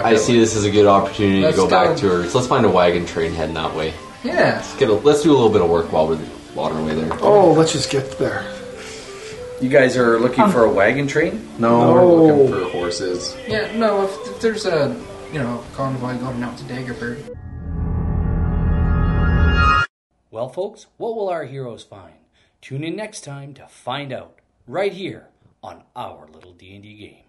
Speaker 3: I see this as a good opportunity
Speaker 2: Let's
Speaker 3: to go back
Speaker 2: go.
Speaker 3: to her. So let's find a wagon train heading that way.
Speaker 2: Yeah.
Speaker 3: Let's, get a, let's do a little bit of work while we're on our way there.
Speaker 5: oh, let's just get there.
Speaker 6: you guys are looking for a wagon train?
Speaker 4: No,
Speaker 5: No.
Speaker 4: we're looking for horses.
Speaker 2: Yeah, no, if, if there's a, you know, convoy going out to Daggerberg.
Speaker 12: Well, folks, what will our heroes find? Tune in next time to find out, right here on our little D&D game.